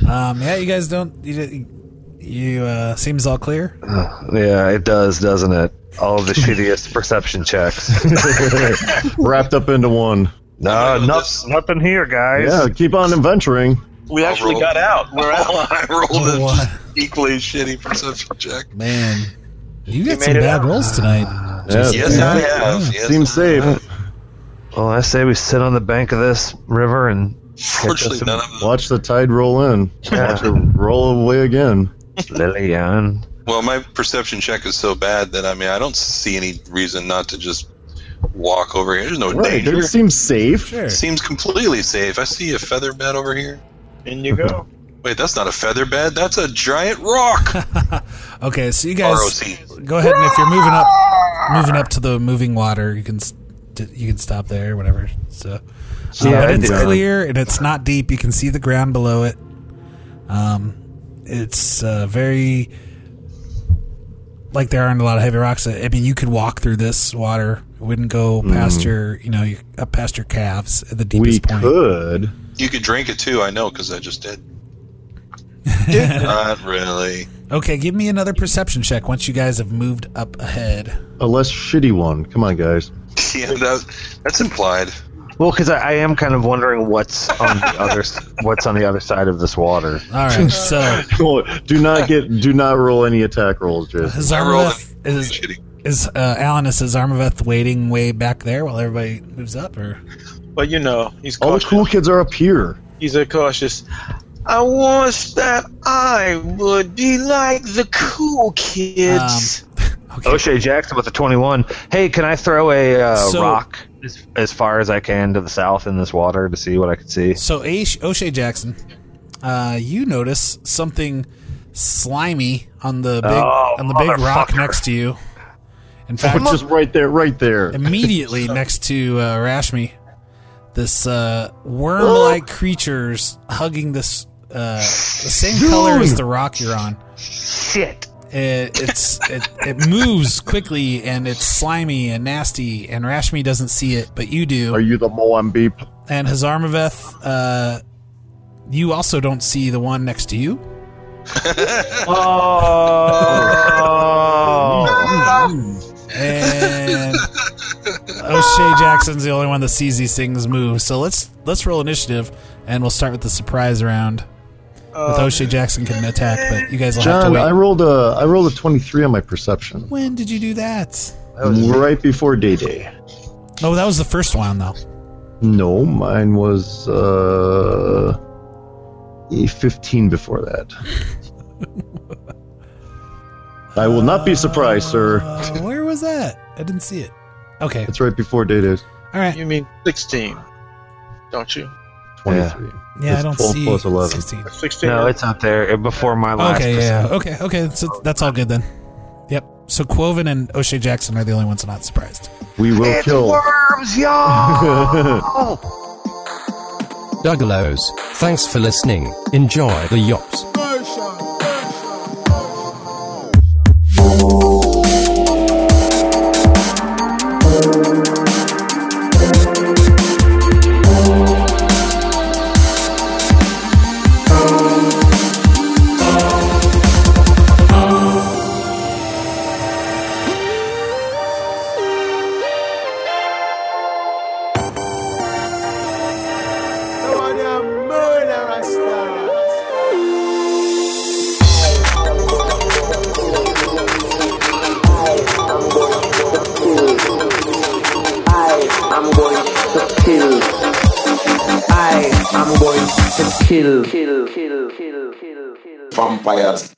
Speaker 6: Um, yeah, you guys don't. You, didn't- you uh, seems all clear.
Speaker 8: Yeah, it does, doesn't it? All
Speaker 5: (laughs)
Speaker 8: the shittiest perception checks.
Speaker 5: wrapped up into one.
Speaker 8: No,
Speaker 4: no,
Speaker 8: no
Speaker 4: this-
Speaker 8: nothing here, guys.
Speaker 5: Yeah, keep on adventuring.
Speaker 7: We
Speaker 4: I'll
Speaker 7: actually
Speaker 4: roll.
Speaker 7: got out. We're out.
Speaker 4: (laughs) I rolled a
Speaker 6: What?
Speaker 4: equally shitty perception check.
Speaker 6: Man, you got some
Speaker 7: made it
Speaker 6: bad
Speaker 7: out.
Speaker 6: rolls
Speaker 8: Ah.
Speaker 6: tonight.
Speaker 5: Yeah,
Speaker 4: Yes, I have. Yes,
Speaker 5: seems
Speaker 4: I have.
Speaker 5: safe.
Speaker 8: Well, I say we sit on the bank of this river and
Speaker 4: Fortunately, none of them.
Speaker 5: Watch the tide roll in. Watch (laughs) it roll away again.
Speaker 8: Lillian.
Speaker 4: Well, my perception check is so bad that I mean, I don't see any reason not to just walk over here. There's no
Speaker 5: Right,
Speaker 4: danger.
Speaker 5: it seems safe.
Speaker 6: Sure.
Speaker 4: Seems completely safe. I see a feather bed over here.
Speaker 7: In you go.
Speaker 4: Wait, that's not a feather bed. That's a giant rock.
Speaker 6: Okay, so you guys
Speaker 4: ROC.
Speaker 6: go ahead and if you're moving up, moving up to the moving water, you can s- d- you can stop there, or whatever. So, um,
Speaker 8: Yeah,
Speaker 6: but
Speaker 8: I
Speaker 6: it's
Speaker 8: did.
Speaker 6: clear and it's not deep. You can see the ground below it. Um, it's uh, very like there aren't a lot of heavy rocks. I mean, you could walk through this water. It wouldn't go past your, you know, your, up past your calves at the
Speaker 5: We
Speaker 6: deepest point.
Speaker 5: could.
Speaker 4: You could drink it too. I know because I just did. not really.
Speaker 6: Okay, give me another perception check once you guys have moved up ahead.
Speaker 5: A less shitty one. Come on, guys. (laughs)
Speaker 4: (laughs) Yeah, that, that's implied.
Speaker 8: Well, because I, I am kind of wondering what's on the other s- what's on the other side of this water.
Speaker 6: All right, so
Speaker 5: Oh, do not get. Do not roll any attack rolls, Jason.
Speaker 4: I rolled
Speaker 6: Zarmaveth
Speaker 4: an-
Speaker 6: is
Speaker 4: shitty.
Speaker 6: is uh, Alan is Zarmaveth waiting way back there while everybody moves up, or
Speaker 7: But you know, he's
Speaker 5: All the
Speaker 7: cautious.
Speaker 5: cool kids are up here.
Speaker 7: He's a cautious. I wish that I would be like the cool kids.
Speaker 6: okay,
Speaker 8: O'Shea Jackson with a 21. Hey, can I throw a uh,
Speaker 6: So-
Speaker 8: rock as, as far as I can to the south in this water to see what I
Speaker 6: (laughs)
Speaker 8: can see?
Speaker 6: so Aish- O'Shea Jackson, uh, you notice something slimy on the big
Speaker 8: Oh,
Speaker 6: on the big rock
Speaker 8: motherfucker.
Speaker 6: next to you. In
Speaker 5: Oh,
Speaker 6: fact,
Speaker 5: just right there, right there.
Speaker 6: immediately next to uh, Rashmi, this uh, worm-like creature's hugging this uh, the same color as the rock you're on.
Speaker 8: Shit.
Speaker 6: It, it's it, it moves quickly and it's slimy and nasty and Rashmi doesn't see it, but you do.
Speaker 5: Are you the Moambeep?
Speaker 6: and Hazarmaveth, uh, you also don't see the one next to you. Oh.
Speaker 8: Oh.
Speaker 6: And O'Shea Jackson's the only one that sees these things move. So let's let's roll initiative, and we'll start with the surprise round. With O'Shea Jackson can attack, but you guys will have to
Speaker 5: John,
Speaker 6: wait.
Speaker 5: I rolled a. I rolled a twenty-three on my perception.
Speaker 6: when did you do that?
Speaker 5: Right before day day.
Speaker 6: Oh, that was the first one though.
Speaker 5: No, mine was uh, e- 15 before
Speaker 6: (laughs)
Speaker 5: that. I will not be surprised, sir.
Speaker 6: Uh, where was that? I didn't see it. Okay.
Speaker 5: It's right before Day Day
Speaker 6: All right.
Speaker 7: Um, You mean 16, don't you?
Speaker 5: 23.
Speaker 6: Yeah, I
Speaker 5: It's
Speaker 6: don't
Speaker 5: 12
Speaker 6: see
Speaker 5: plus 11.
Speaker 6: 16.
Speaker 7: 16.
Speaker 8: No, it's up there uh, before my last.
Speaker 6: Okay, yeah.
Speaker 8: percent.
Speaker 6: Okay, okay. So that's all good then. Yep. So Quoven and O'Shea Jackson are the only ones not surprised.
Speaker 5: We will kill.
Speaker 8: Worms, y'all.
Speaker 9: Duggalos. Thanks for listening. Enjoy the yops.
Speaker 10: I'm going to kill. I am going to kill. Kill, kill, kill, kill, kill. Vampires.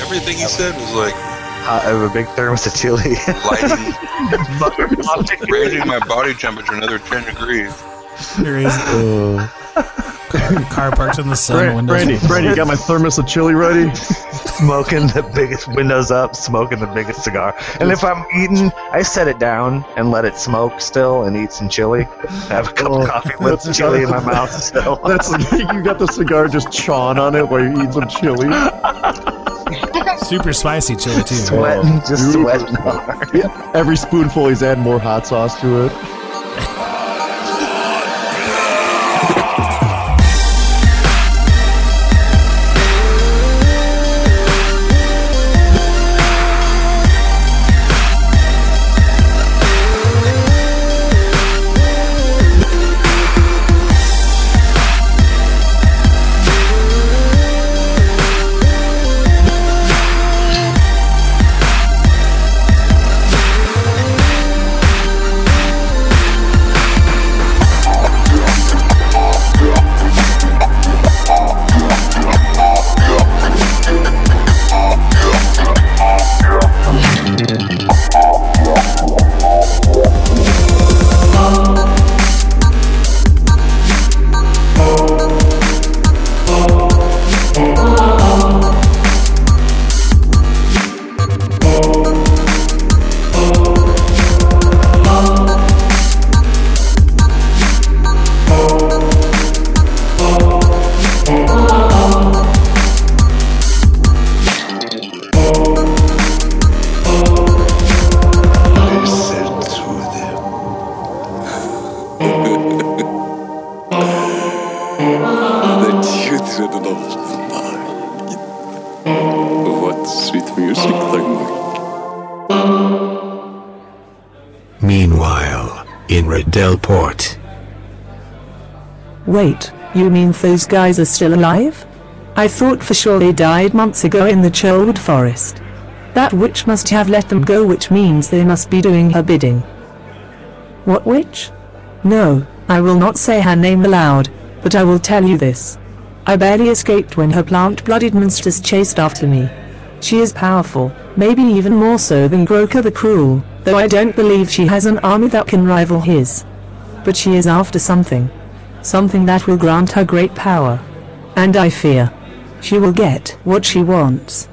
Speaker 4: Everything he said was like
Speaker 8: Hot, (laughs) I have a big thermos of chili. (laughs)
Speaker 4: lighting, raising my body temperature another 10 degrees.
Speaker 6: There is
Speaker 5: Uh,
Speaker 6: car parked in the sun.
Speaker 5: Brandy,
Speaker 6: windows
Speaker 5: Brandy, Brandy, you got my thermos of chili ready?
Speaker 8: smoking the biggest windows up, smoking the biggest cigar. And if I'm eating, I set it down and let it smoke still and eat some chili. have a cup of coffee with
Speaker 5: that's-
Speaker 8: chili in my mouth still.
Speaker 5: That's you got the cigar just chawing on it while you eat some chili.
Speaker 6: super spicy chili too. right?
Speaker 8: Sweating, just
Speaker 5: Dude.
Speaker 8: sweating hard.
Speaker 5: Yeah, every spoonful he's adding more hot sauce to it.
Speaker 2: They said through them.
Speaker 11: The children of the night. What sweet music, Tango.
Speaker 9: Meanwhile, in Red Delport.
Speaker 10: Wait, you mean those guys are still alive? I thought for sure they died months ago in the Cholwood Forest. That witch must have let them go, which means they must be doing her bidding. What witch? No, I will not say her name aloud, but I will tell you this. I barely escaped when her plant blooded monsters chased after me. She is powerful, maybe even more so than Groker the Cruel, though I don't believe she has an army that can rival his. But she is after something something that will grant her great power. And I fear she will get what she wants.